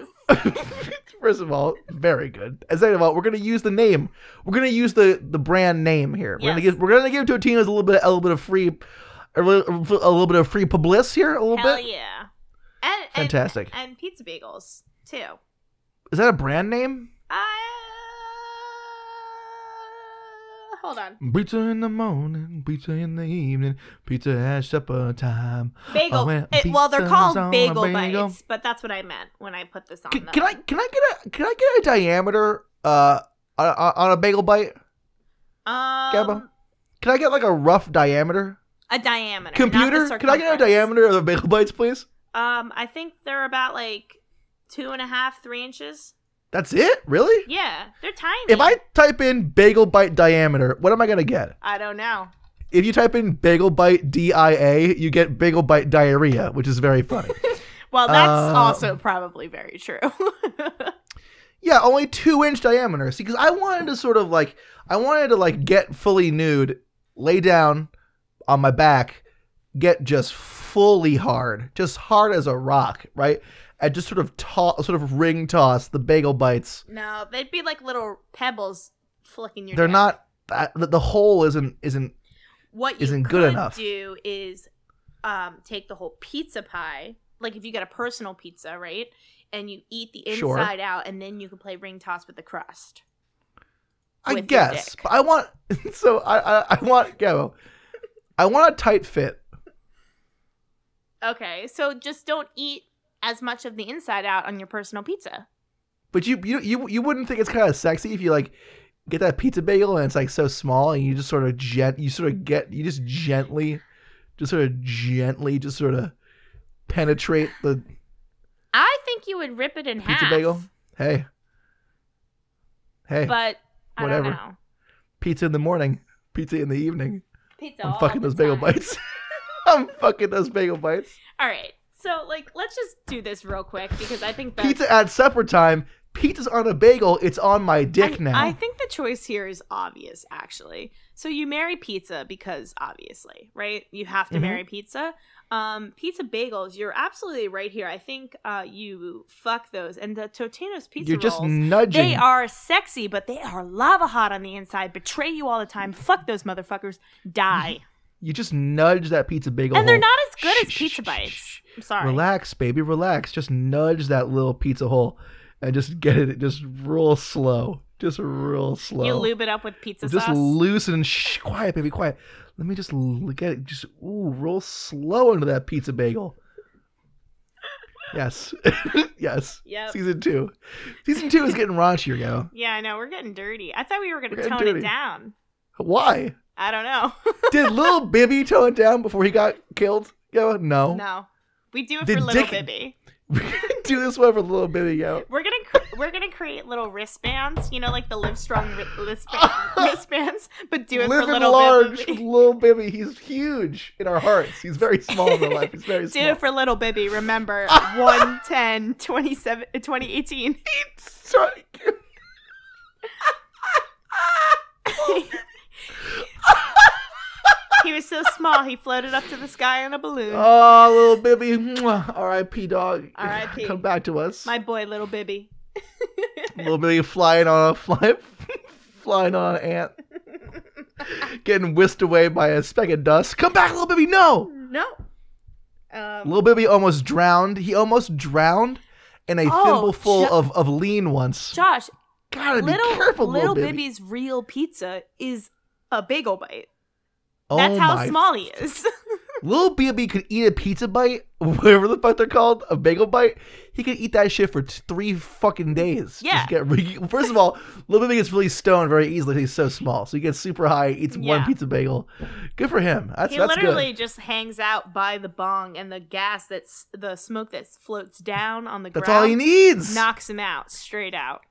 S2: First of all, very good. And second of all, we're gonna use the name. We're gonna use the the brand name here. We're gonna
S3: Yes.
S2: give we're gonna give Totino's a little bit a little bit of free a little, a little bit of free publis here a little
S3: Hell
S2: bit.
S3: yeah. And, and
S2: Fantastic.
S3: and pizza bagels too.
S2: Is that a brand name?
S3: Uh, uh, hold on.
S2: Pizza in the morning, pizza in the evening, pizza at supper time. *gasps*
S3: Bagel.
S2: Oh, well,
S3: it, well, they're
S2: pizza's on
S3: called
S2: a
S3: bagel,
S2: bagel.
S3: bites, but that's what I meant when I put this on.
S2: Can,
S3: the-
S2: can I can I get a can I get a diameter uh on, on on a bagel bite?
S3: Um,
S2: Gabba? Can I get like a rough diameter?
S3: A diameter. not the
S2: Computer, can I get a
S3: circumference.
S2: diameter of the bagel bites, please?
S3: Um, I think they're about like two and a half, three inches.
S2: That's it, really?
S3: Yeah, they're tiny.
S2: If I type in bagel bite diameter, what am I gonna get?
S3: I don't know.
S2: If you type in bagel bite DIA, you get bagel bite diarrhea, which is very funny.
S3: Well, that's
S2: Um,
S3: also probably very true. *laughs*
S2: yeah, only two inch diameter. See, because I wanted to sort of like, I wanted to like get fully nude, lay down on my back, get just fully hard, just hard as a rock, right? And just sort of toss, sort of ring toss the bagel bites.
S3: no, they'd be like little pebbles flicking your.
S2: They're
S3: neck.
S2: not. that- The the hole isn't isn't
S3: What you
S2: isn't
S3: could
S2: good enough.
S3: do is, um, take the whole pizza pie. Like if you get a personal pizza, right, and you eat the inside
S2: Sure.
S3: out, and then you can play ring toss with the crust.
S2: I
S3: with your
S2: guess,
S3: dick.
S2: but I want *laughs* so I I, I want Gabo. I want a tight fit.
S3: Okay, so just don't eat as much of the inside out on your personal pizza.
S2: But you you you, you wouldn't think it's kind of sexy if you like get that pizza bagel and it's like so small and you just sort of gent you sort of get you just gently just sort of gently just sort of penetrate the
S3: I think you would rip it in half.
S2: pizza bagel. Hey. Hey,
S3: But I
S2: Whatever.
S3: don't know.
S2: pizza in the morning, pizza in the evening.
S3: Pizza.
S2: I'm
S3: all
S2: fucking
S3: the
S2: those bagel
S3: time.
S2: bites. *laughs* I'm fucking those bagel bites.
S3: All right. So like, let's just do this real quick because I think that
S2: Pizza at supper time. Pizza's on a bagel. It's on my dick
S3: I,
S2: now.
S3: I think the choice here is obvious, actually. So you marry pizza because obviously, right? You have to
S2: Mhm.
S3: marry pizza. Um, pizza bagels, you're absolutely right here. I think uh, you fuck those and the Totino's pizza
S2: You're just
S3: rolls.
S2: nudging.
S3: They are
S2: *laughs*
S3: sexy, but they are lava hot on the inside. Betray you all the time. Fuck those motherfuckers. Die.
S2: You just nudge that pizza bagel.
S3: And they're
S2: hole.
S3: not as good as
S2: Shh, shh,
S3: pizza
S2: shh,
S3: bites.
S2: shh.
S3: I'm sorry.
S2: Relax, baby, relax. Just nudge that little pizza hole and just get it just real slow. Just real slow.
S3: You lube it up with pizza
S2: just
S3: sauce.
S2: loosen. Shh, quiet, baby, quiet. Let me just l- get it. Just ooh, roll slow into that pizza bagel. Yes, *laughs* yes.
S3: Yep.
S2: Season two. Season two is getting raunchier, yo.
S3: yeah, I know. We're getting dirty. I thought we were going
S2: We're
S3: to
S2: getting
S3: tone
S2: dirty.
S3: it down. *laughs*
S2: Why
S3: I don't know.
S2: did little Bibby tone it down before he got killed? Yo, no.
S3: no. We do it
S2: Oh. The
S3: for little
S2: dick-
S3: Bibby.
S2: We do this one for little Bibby, yo.
S3: We're gonna cr- we're gonna create little wristbands, you know, like the Livestrong ri- wristband,
S2: *laughs*
S3: wristbands, but do it
S2: Live
S3: for
S2: and
S3: little *laughs*
S2: large,
S3: Bibby.
S2: little Bibby. He's huge in our hearts. He's very small in real life. He's very
S3: *laughs* Do
S2: small.
S3: it for little
S2: *laughs*
S3: Bibby. Remember, 110, 27, 2018.
S2: So-
S3: *laughs* he was so small, he floated up to the sky on a balloon.
S2: Oh, little Bibby. Mwah. R.I.P. Dog.
S3: R.I.P..
S2: *laughs* Come back to us.
S3: My boy, little Bibby.
S2: little Bibby flying on a fly, *laughs* flying on an
S3: *laughs*
S2: ant, getting whisked away by a speck of dust. Come back, little Bibby. No.
S3: No. Um,
S2: Little Bibby almost drowned. He almost drowned in a
S3: Oh,
S2: thimbleful
S3: Ju-
S2: of, of lean once.
S3: Josh,
S2: Gotta be
S3: little
S2: careful,
S3: little
S2: little Bibby.
S3: Bibby's real pizza is a bagel bite.
S2: oh
S3: That's how
S2: my
S3: small he
S2: *laughs*
S3: is.
S2: Little BB could eat a pizza bite, *laughs* whatever the fuck they're called, a bagel bite. He could eat that shit for t- three fucking days.
S3: Yeah.
S2: Just get re- First of all, Little BB gets really stoned very easily. He's so small, so he gets super high, eats one
S3: Yeah.
S2: pizza bagel. Good for him. That's
S3: he
S2: that's
S3: literally
S2: good.
S3: just hangs out by the bong and the gas that's the smoke that floats down on the
S2: That's
S3: ground
S2: all he needs.
S3: knocks him out straight out.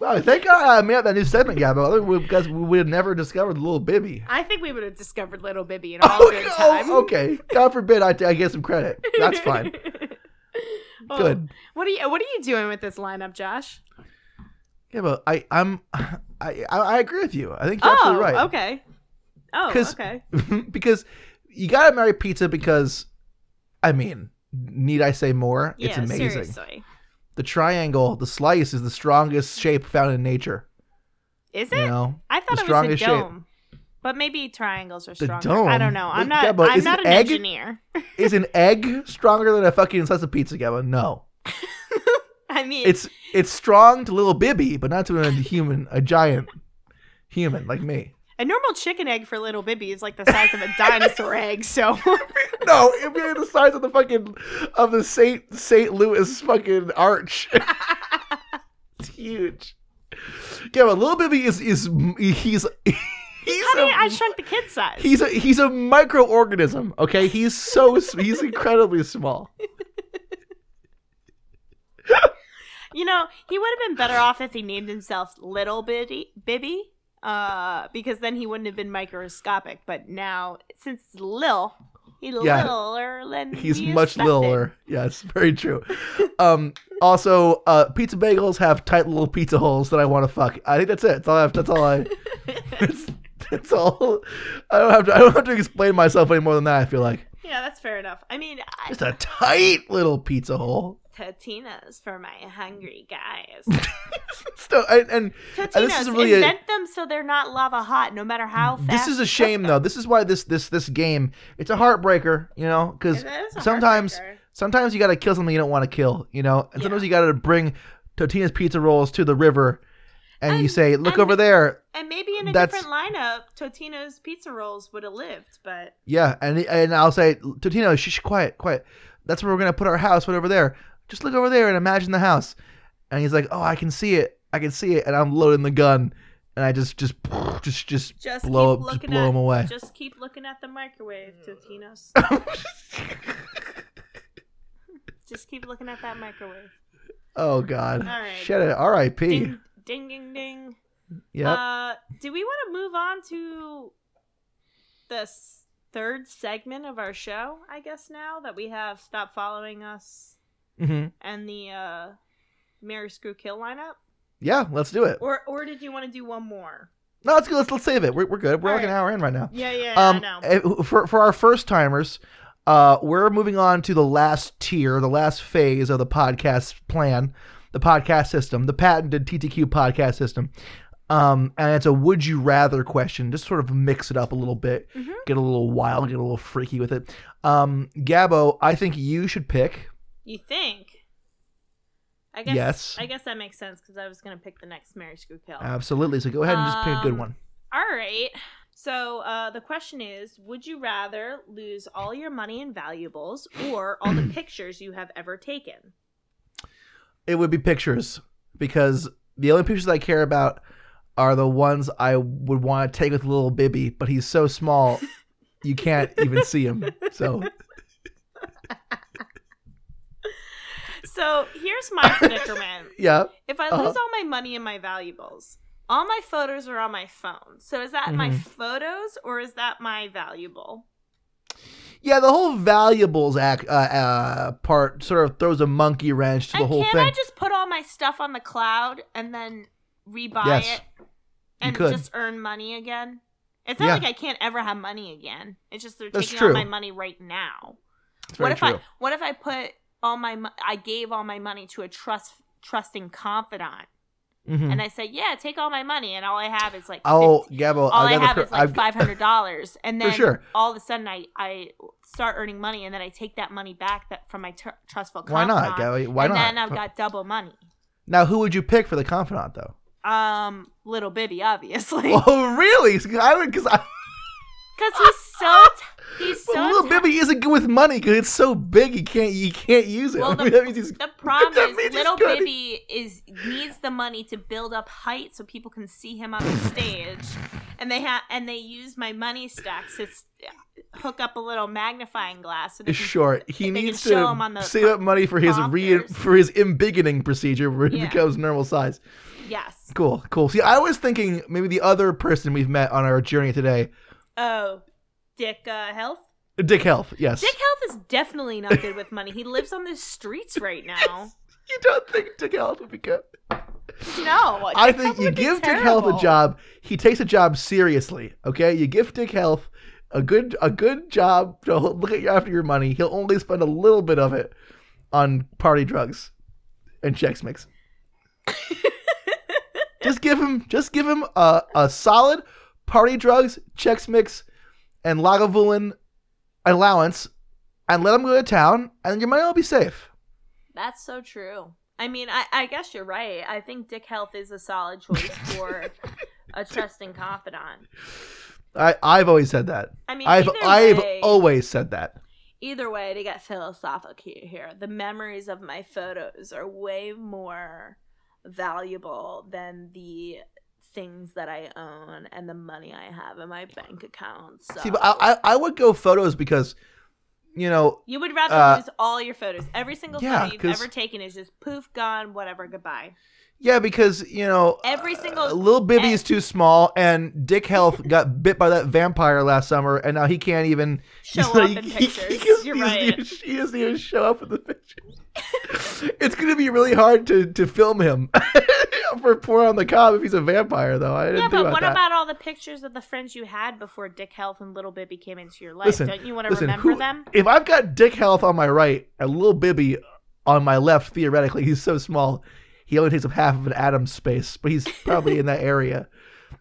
S2: Wow, thank God I made up that new segment, Gabby. Otherwise, we- guys, we would have never discovered Little Bibby.
S3: I think we would have discovered little
S2: *laughs*
S3: Bibby in all good time.
S2: Oh, okay. God forbid I, I get some credit. That's fine.
S3: *laughs* Oh,
S2: Good.
S3: What are you What are you doing with this lineup, Josh?
S2: Yeah, but I, I'm, *laughs* I, I, I agree with you. I think you're
S3: Oh,
S2: absolutely right.
S3: okay. Oh,
S2: 'Cause-
S3: okay.
S2: *laughs* because you gotta marry pizza because I mean, need I say more?
S3: Yeah,
S2: it's amazing.
S3: seriously.
S2: The triangle, the slice is the strongest shape found in nature.
S3: Is
S2: You
S3: it?
S2: know?
S3: I thought
S2: The
S3: it was a
S2: strongest shape.
S3: dome. But maybe triangles are
S2: The
S3: stronger.
S2: dome?
S3: I don't know. I'm
S2: But-
S3: not
S2: yeah, but
S3: I'm
S2: is
S3: not
S2: it
S3: an
S2: egg?
S3: engineer.
S2: Is an egg stronger than a fucking slice of pizza, Gavin? No.
S3: I mean
S2: It's it's strong to little Bibby, but not to a human, a giant human like me.
S3: a normal chicken egg for little Bibby is like the
S2: *laughs*
S3: size of a dinosaur egg, so *laughs*
S2: No, it'd be the size of the fucking of the Saint Saint Louis fucking arch. *laughs* it's huge. Yeah, but little Bibby is is he's he's
S3: How did I
S2: a,
S3: shrunk the kid size?
S2: he's a he's a microorganism. Okay, he's so s- he's incredibly small.
S3: You know, he would have been better off if he named himself Little Bibby, Bibby, uh, because then he wouldn't have been microscopic. But now, since it's Lil, he's
S2: Yeah.
S3: littler than
S2: He's
S3: we
S2: much
S3: expected. *laughs*
S2: littler. Yes, very true. Um, also, uh, pizza bagels have tight little pizza holes that I want to fuck. I think that's it. That's all. I have, that's all I. *laughs* that's, that's all. I don't have to. I don't have to explain myself any more than that. I feel like
S3: Yeah, that's fair enough. I mean, I,
S2: just a tight little pizza hole. *laughs*
S3: Tatinas for my hungry guys.
S2: So, and, and
S3: Tatinas
S2: is really a-
S3: invent them so they're not lava hot, no matter how fast.
S2: this is
S3: you
S2: a
S3: cook
S2: shame,
S3: them.
S2: though. This is why this this this game. It's a heartbreaker, you know, because
S3: That is a
S2: sometimes
S3: heartbreaker.
S2: sometimes you gotta kill something you don't want to kill, you know, and sometimes you gotta bring Totina's pizza rolls to the river, and, you
S3: And-
S2: say, "Look
S3: and-
S2: over there."
S3: And maybe in a
S2: That's-
S3: different lineup, Totino's pizza rolls would have lived, but
S2: Yeah, and and I'll say, Totina, shh, shh, quiet, quiet. That's where we're gonna put our house, right over there. Just look over there and imagine the house. And he's like, "Oh, I can see it, I can see it," and I'm loading the gun, and I just *laughs* just just just
S3: just
S2: blow
S3: keep
S2: up, just
S3: looking
S2: blow
S3: at
S2: him away.
S3: Just keep looking at the microwave, Totinos.
S2: *laughs*
S3: Just keep looking at that microwave.
S2: *laughs* oh God,
S3: All right.
S2: shut it, R.I.P.
S3: Ding, ding, ding, ding.
S2: Yep.
S3: Uh, do we want to move on to the s- third segment of our show? I guess now that we have stop following us
S2: hmm
S3: and the uh, Mary Screw Kill lineup,
S2: Yeah, let's do it.
S3: or or did you want to do one more?
S2: No, let's go. Let's, let's save it. We're, we're good. We're
S3: All
S2: like an
S3: right.
S2: hour in right now.
S3: Yeah, yeah,
S2: um, eh, for for our first timers, uh, we're moving on to the last tier, the last phase of the podcast plan, the podcast system, the patented TTQ podcast system. Um, and it's a would you rather question. Just sort of mix it up a little bit,
S3: Mhm.
S2: get a little wild, get a little freaky with it. Um, Gabo, I think you should pick.
S3: You think? I guess.
S2: Yes.
S3: I guess that makes sense because I was gonna pick the next Mary Screw Kill.
S2: Absolutely. So go ahead and just pick a good
S3: Um,
S2: one.
S3: All right. So uh, the question is: Would you rather lose all your money and valuables, or all
S2: *coughs*
S3: the pictures you have ever taken?
S2: It would be pictures because the only pictures I care about are the ones I would want to take with little Bibby, but he's so *laughs* small you can't even see him. *laughs* So
S3: So here's
S2: *laughs*
S3: my predicament:
S2: yeah,
S3: If I
S2: Uh-huh.
S3: lose all my money and my valuables, all my photos are on my phone. So is that my
S2: Mhm.
S3: photos or is that my valuable?
S2: yeah. The whole valuables act uh, uh, part sort of throws a monkey wrench to the
S3: and
S2: whole
S3: can't
S2: thing.
S3: I just put all my stuff on the cloud and then rebuy
S2: Yes.
S3: it and
S2: could.
S3: just earn money again? It's not
S2: Yeah.
S3: like I can't ever have money again. It's just they're
S2: That's
S3: taking
S2: true.
S3: all my money right now.
S2: It's
S3: What
S2: very
S3: if
S2: true.
S3: I what if I put all my mo- I gave all my money to a trust trusting confidant
S2: Mhm.
S3: and I said, "Yeah, take all my money and all I have is like
S2: Oh, Gabo,
S3: all I
S2: I've got a
S3: have
S2: cur-
S3: is like
S2: I've-
S3: five hundred dollars, and
S2: For
S3: then
S2: sure.
S3: all of a sudden I, I start earning money, and then I take that money back that from my tr- trustful
S2: Why
S3: confidant.
S2: not, Gabo? Why
S3: and
S2: not?
S3: Then I've got double money.
S2: now, who would you pick for the confidant, though? *laughs*
S3: Um, little Bibby, obviously,
S2: Oh, really? 'Cause I would, because I,
S3: because he's
S2: *laughs*
S3: so t- he's so.
S2: but little
S3: ta-
S2: Bibby isn't good with money because it's so big. You can't, you can't use it.
S3: Well,
S2: I
S3: the-
S2: mean, *laughs* that means he's-
S3: the problem
S2: That
S3: is,
S2: means he's
S3: little
S2: good.
S3: Bibby is needs the money to build up height so people can see him
S2: *laughs*
S3: on the stage, and they have and they use my money stacks to s- hook up a little magnifying glass so they can
S2: Sure, he
S3: can
S2: needs
S3: show him on
S2: to
S3: the
S2: save up money for his re
S3: prompters.
S2: for his embiggening procedure where he
S3: Yeah.
S2: becomes normal size.
S3: Yes.
S2: Cool, cool. See, I was thinking maybe the other person we've met on our journey today,
S3: Oh, Dick uh, Health.
S2: Dick Health. Yes,
S3: Dick Health is definitely not good with money. He lives on the streets right
S2: *laughs*
S3: now.
S2: you don't think Dick Health would be good?
S3: No,
S2: I
S3: Dick
S2: think
S3: Health
S2: you
S3: would be
S2: give Dick Health a
S3: terrible.
S2: job. He takes a job seriously. Okay, you give Dick Health a good a good job to look at you after your money. He'll only spend a little bit of it on party drugs and checks mix.
S3: *laughs*
S2: just give him just give him a, a solid party drugs checks mix and Lagavulin allowance, and let him go to town, and your money will be safe.
S3: That's so true. I mean, I, I guess you're right. I think Dick Health is a solid choice
S2: *laughs*
S3: for a trusting confidant.
S2: I I've always said that.
S3: I mean,
S2: I've
S3: either
S2: I've
S3: way,
S2: always said that.
S3: either way to get philosophical here, the memories of my photos are way more valuable than the things that I own and the money I have in my bank account. So.
S2: See, but I, I I would go photos because, you know,
S3: You would rather
S2: Uh,
S3: lose all your photos. Every single
S2: yeah,
S3: photo you've
S2: 'cause-
S3: ever taken is just poof, gone,
S2: *laughs*
S3: whatever, goodbye.
S2: yeah, because you know,
S3: Every single-
S2: little Bibby
S3: eh.
S2: is too small, and Dick Health *laughs* got bit by that vampire last summer, and now he can't even
S3: Show
S2: he's *laughs*
S3: up
S2: like-
S3: in
S2: he-
S3: pictures.
S2: He, doesn't
S3: You're
S2: even-
S3: right.
S2: he doesn't even show up in the pictures. *laughs* it's gonna be really hard to to film him *laughs* for poor on the cob if he's a vampire, though. I didn't
S3: Yeah,
S2: think
S3: but
S2: about
S3: what
S2: that.
S3: about all the pictures of the friends you had before Dick Health and Little Bibby came into your life?
S2: Listen,
S3: Don't you want to
S2: Listen,
S3: remember
S2: who-
S3: them?
S2: if I've got Dick Health on my right and Lil Bibby on my left, theoretically, he's so small, he only takes up half of an atom's space, but he's probably in that
S3: *laughs*
S2: area.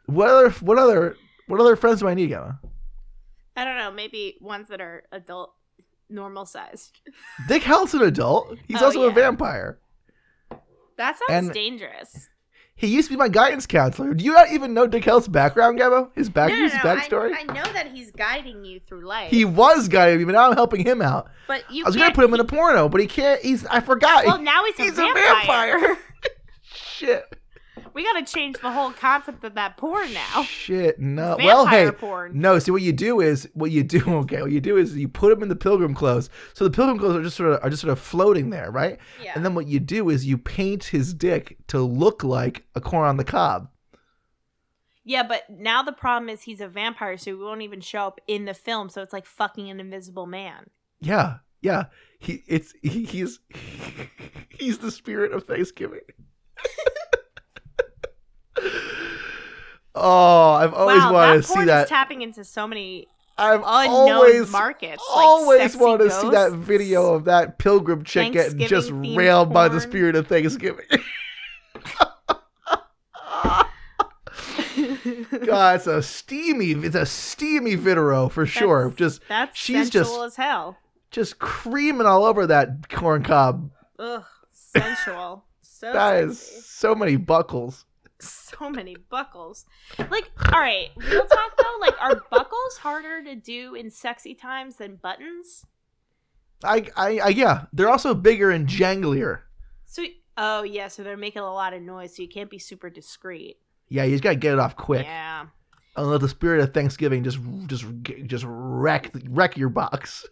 S2: What other, what other, what other friends do I need, Gemma?
S3: I don't know. Maybe ones that are adult, normal sized.
S2: Dick Health's an adult. He's
S3: Oh,
S2: also a
S3: yeah.
S2: vampire.
S3: That sounds
S2: And-
S3: dangerous.
S2: He used to be my guidance counselor. Do you not even know Dick Health's background, Gabbo? His back, his backstory.
S3: I, I know that he's guiding you through life.
S2: He was guiding me, but now I'm helping him out.
S3: but you
S2: I was gonna
S3: can't-
S2: put him in a porno, but he can't. He's I forgot.
S3: Well, now he's,
S2: he's
S3: a vampire.
S2: *laughs* Shit.
S3: we got to change the whole concept of that porn now.
S2: Shit. No.
S3: Vampire
S2: well, hey,
S3: porn.
S2: No, see what you do is what you do. *laughs* Okay, what you do is you put them in the pilgrim clothes. So the pilgrim clothes are just sort of are just sort of floating there, right?
S3: Yeah.
S2: And then what you do is you paint his dick to look like a corn on the cob.
S3: Yeah, but now the problem is he's a vampire, so he won't even show up in the film. So it's like fucking an invisible man.
S2: Yeah, yeah. He it's he, he's *laughs* he's the spirit of Thanksgiving. *laughs* oh, I've always
S3: wow,
S2: wanted to
S3: that porn
S2: see that.
S3: is tapping into so many
S2: I've
S3: unknown
S2: always
S3: markets. like
S2: always
S3: sexy
S2: want to see that
S3: ghosts.
S2: video of that pilgrim chick getting
S3: Thanksgiving
S2: just
S3: themed
S2: railed by the
S3: *laughs* porn.
S2: spirit of Thanksgiving.
S3: *laughs*
S2: God, it's a steamy, it's a steamy Vitero for sure. Just
S3: That's
S2: She's
S3: sensual
S2: just-
S3: as hell.
S2: just creaming all over that corn cob.
S3: Ugh, sensual.
S2: *laughs*
S3: So
S2: That is
S3: sexy.
S2: so many buckles.
S3: so many buckles. Like, all right, real talk though. Like, are buckles harder to do in sexy times than buttons?
S2: I, I, I, yeah, they're also bigger and janglier.
S3: So, oh yeah, so they're making a lot of noise, so you can't be super discreet.
S2: Yeah, you just gotta get it off quick.
S3: Yeah.
S2: Unless the spirit of Thanksgiving just, just, just wreck, wreck your box.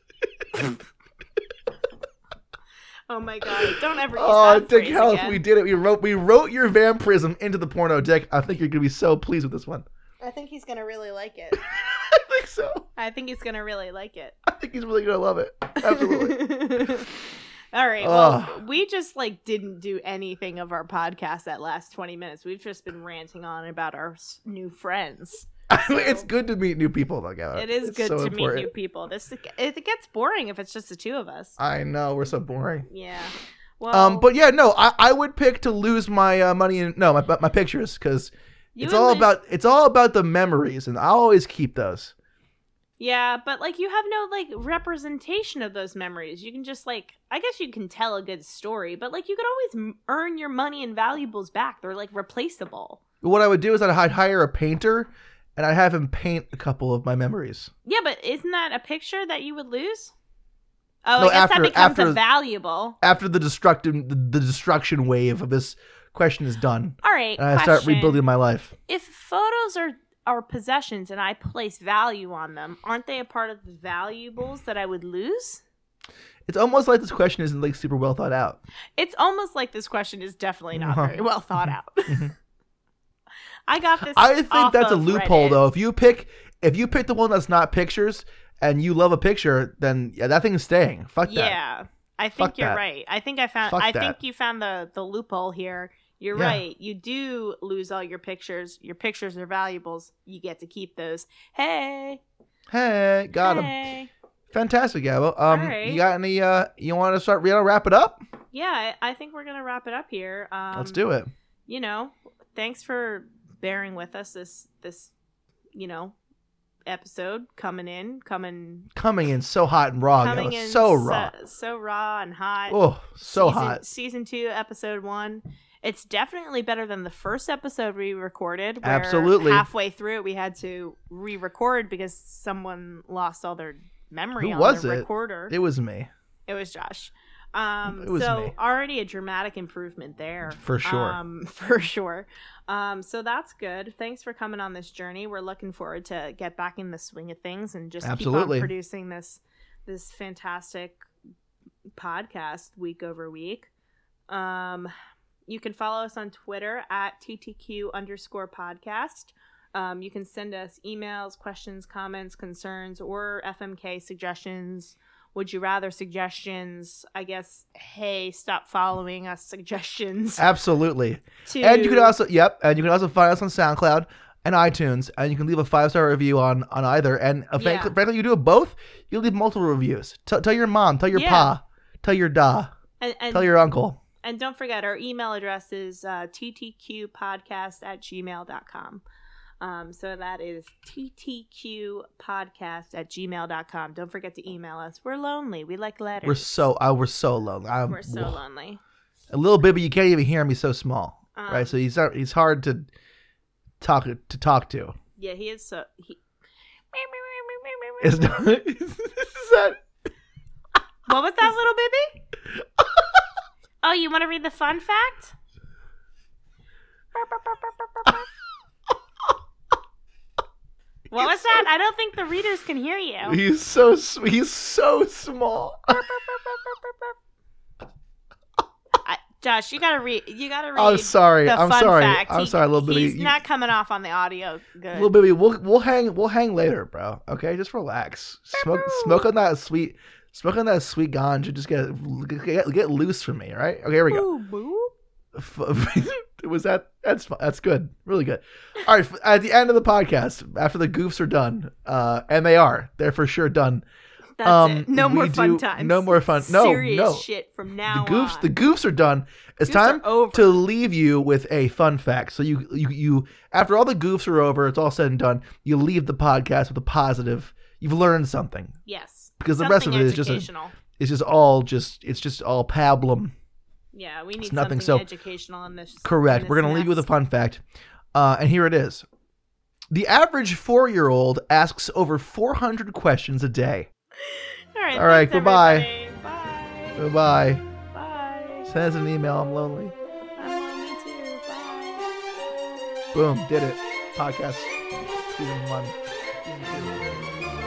S3: Oh my god! Don't ever use
S2: Oh,
S3: that
S2: Dick
S3: phrase
S2: Health,
S3: again.
S2: we did it. We wrote, we wrote your vampirism into the porno, Dick. I think you're gonna be so pleased with this one.
S3: I think he's gonna really like it.
S2: I *laughs* think so.
S3: I think he's gonna really like it.
S2: I think he's really gonna love it.
S3: *laughs*
S2: Absolutely.
S3: All right. Well,
S2: Ugh.
S3: we just like didn't do anything of our podcast that last 20 minutes. We've just been ranting on about our s- new friends.
S2: it's good to meet new people, though, Gavin.
S3: It is
S2: Uh, It's
S3: good
S2: so
S3: to
S2: important.
S3: meet new people. This it gets boring if it's just the two of us.
S2: I know we're so boring.
S3: Yeah. Well,
S2: Um, but yeah, no, I, I would pick to lose my uh, money in no my my pictures because
S3: you
S2: it's
S3: and
S2: all
S3: Liz-
S2: about it's all about the memories, and I always keep those.
S3: Yeah, but like you have no like representation of those memories. You can just like I guess you can tell a good story, but like you could always m- earn your money and valuables back. They're like replaceable.
S2: But what I would do is I'd I'd hire a painter, and I'd have him paint a couple of my memories.
S3: Yeah, but isn't that a picture that you would lose? Oh,
S2: No,
S3: I guess
S2: after-
S3: that becomes
S2: after-
S3: a valuable.
S2: After the destructive the, the destruction wave of this question is done,
S3: All right,
S2: and I
S3: question.
S2: start rebuilding my life.
S3: If photos are are possessions and I place value on them, aren't they a part of the valuables that I would lose?
S2: It's almost like this question isn't like super well thought out.
S3: It's almost like this question is definitely not
S2: Uh-huh. *laughs*
S3: very well thought out. *laughs* I got this.
S2: I think
S3: off
S2: that's a
S3: of
S2: loophole
S3: Reddit.
S2: though. If you pick if you pick the one that's not pictures and you love a picture, then yeah, that thing's staying. Fuck that.
S3: Yeah, I think
S2: Fuck
S3: you're
S2: that.
S3: right. I think I found.
S2: Fuck
S3: I
S2: that.
S3: think you found the the loophole here. You're
S2: Yeah.
S3: right. You do lose all your pictures. Your pictures are valuables. You get to keep those. Hey,
S2: Hey, got him.
S3: hey.
S2: Fantastic, Gabo. Um,
S3: Alright.
S2: you got any? Uh, you want to start? We gotta wrap it up.
S3: Yeah, I, I think we're gonna wrap it up here. Um,
S2: Let's do it.
S3: You know, thanks for bearing with us this this, you know, episode coming in, coming
S2: Coming in so hot and raw,
S3: coming
S2: Gabo.
S3: in
S2: So raw.
S3: so, so raw and hot.
S2: oh, so
S3: season,
S2: hot.
S3: Season two, episode one. It's definitely better than the first episode we recorded. Where
S2: Absolutely.
S3: Halfway through, it, we had to re-record because someone lost all their memory
S2: Who
S3: on
S2: was
S3: the
S2: it?
S3: recorder.
S2: It was me
S3: It was Josh. Um,
S2: It was
S3: so
S2: me.
S3: already a dramatic improvement there.
S2: for sure.
S3: Um, *laughs* for sure. Um, so that's good. Thanks for coming on this journey. We're looking forward to get back in the swing of things and just keep
S2: Absolutely.
S3: on producing this this fantastic podcast week over week. Um, you can follow us on Twitter at TTQ underscore podcast. Um, you can send us emails, questions, comments, concerns, or FMK suggestions. Would you rather suggestions? I guess, hey, stop following us *laughs* suggestions.
S2: Absolutely.
S3: To,
S2: And you can also, yep, and you can also find us on SoundCloud and iTunes, and you can leave a five star review on on either. And uh, frankly,
S3: Yeah.
S2: frankly, you do both. You leave multiple reviews. Tell tell your mom, tell your
S3: Yeah.
S2: pa, tell your da,
S3: and, and,
S2: tell your uncle.
S3: and don't forget our email address is uh, ttqpodcast at gmail.com um, so that is ttqpodcast at gmail.com don't forget to email us we're lonely we like letters
S2: We're so I we're so lonely. I'm,
S3: We're so lonely
S2: a little bit, but you can't even hear him. He's so small,
S3: Um,
S2: right? So he's not, he's hard to talk to talk to.
S3: yeah he is so he...
S2: It's not, *laughs* is that-
S3: what was that little baby
S2: *laughs*
S3: oh you want to read the fun fact what was that i don't think the readers can hear you
S2: *laughs* he's so s- he's so
S3: *laughs*
S2: small.
S3: I, Josh, you gotta read. You gotta read.
S2: I'm sorry.
S3: The
S2: I'm
S3: fun
S2: sorry.
S3: Fact.
S2: I'm
S3: He-
S2: sorry, little bitty.
S3: He's
S2: You-
S3: not coming off on the audio good.
S2: Little baby, we'll we'll hang we'll hang later, bro. Okay, just relax. Smoke smoke on that sweet smoke on that sweet ganja. Just get get, get loose from me, all right? Okay, here we go. *laughs*
S3: Ooh, boo.
S2: F- was that that's fu- that's good really good all right f- at the end of the podcast after the goofs are done uh and they are they're for sure done
S3: That's it. No
S2: we
S3: more fun
S2: do-
S3: times.
S2: No more fun. No,
S3: Serious
S2: no.
S3: shit from
S2: The
S3: now
S2: goofs,
S3: on.
S2: the goofs are done. It's
S3: Goofs
S2: time
S3: are over.
S2: to leave you with a fun fact. So you, you, you, after all the goofs are over, it's all said and done. You leave the podcast with a positive. You've learned something
S3: yes.
S2: because the rest of
S3: Something
S2: it is just, a,
S3: educational.
S2: it's just all just, it's just all pablum.
S3: yeah, we need
S2: nothing,
S3: something
S2: so-
S3: educational in this.
S2: Correct.
S3: in
S2: We're
S3: this
S2: going to leave you with a
S3: mess.
S2: fun fact. Uh, and here it is. The average four year old asks over 400 questions a day.
S3: All right.
S2: All right,
S3: thanks,
S2: goodbye.
S3: everybody. Bye.
S2: Bye bye.
S3: Bye.
S2: Send us an email. I'm lonely.
S3: Bye. Me too. Bye.
S2: Boom. Did it. Podcast season one. Season two.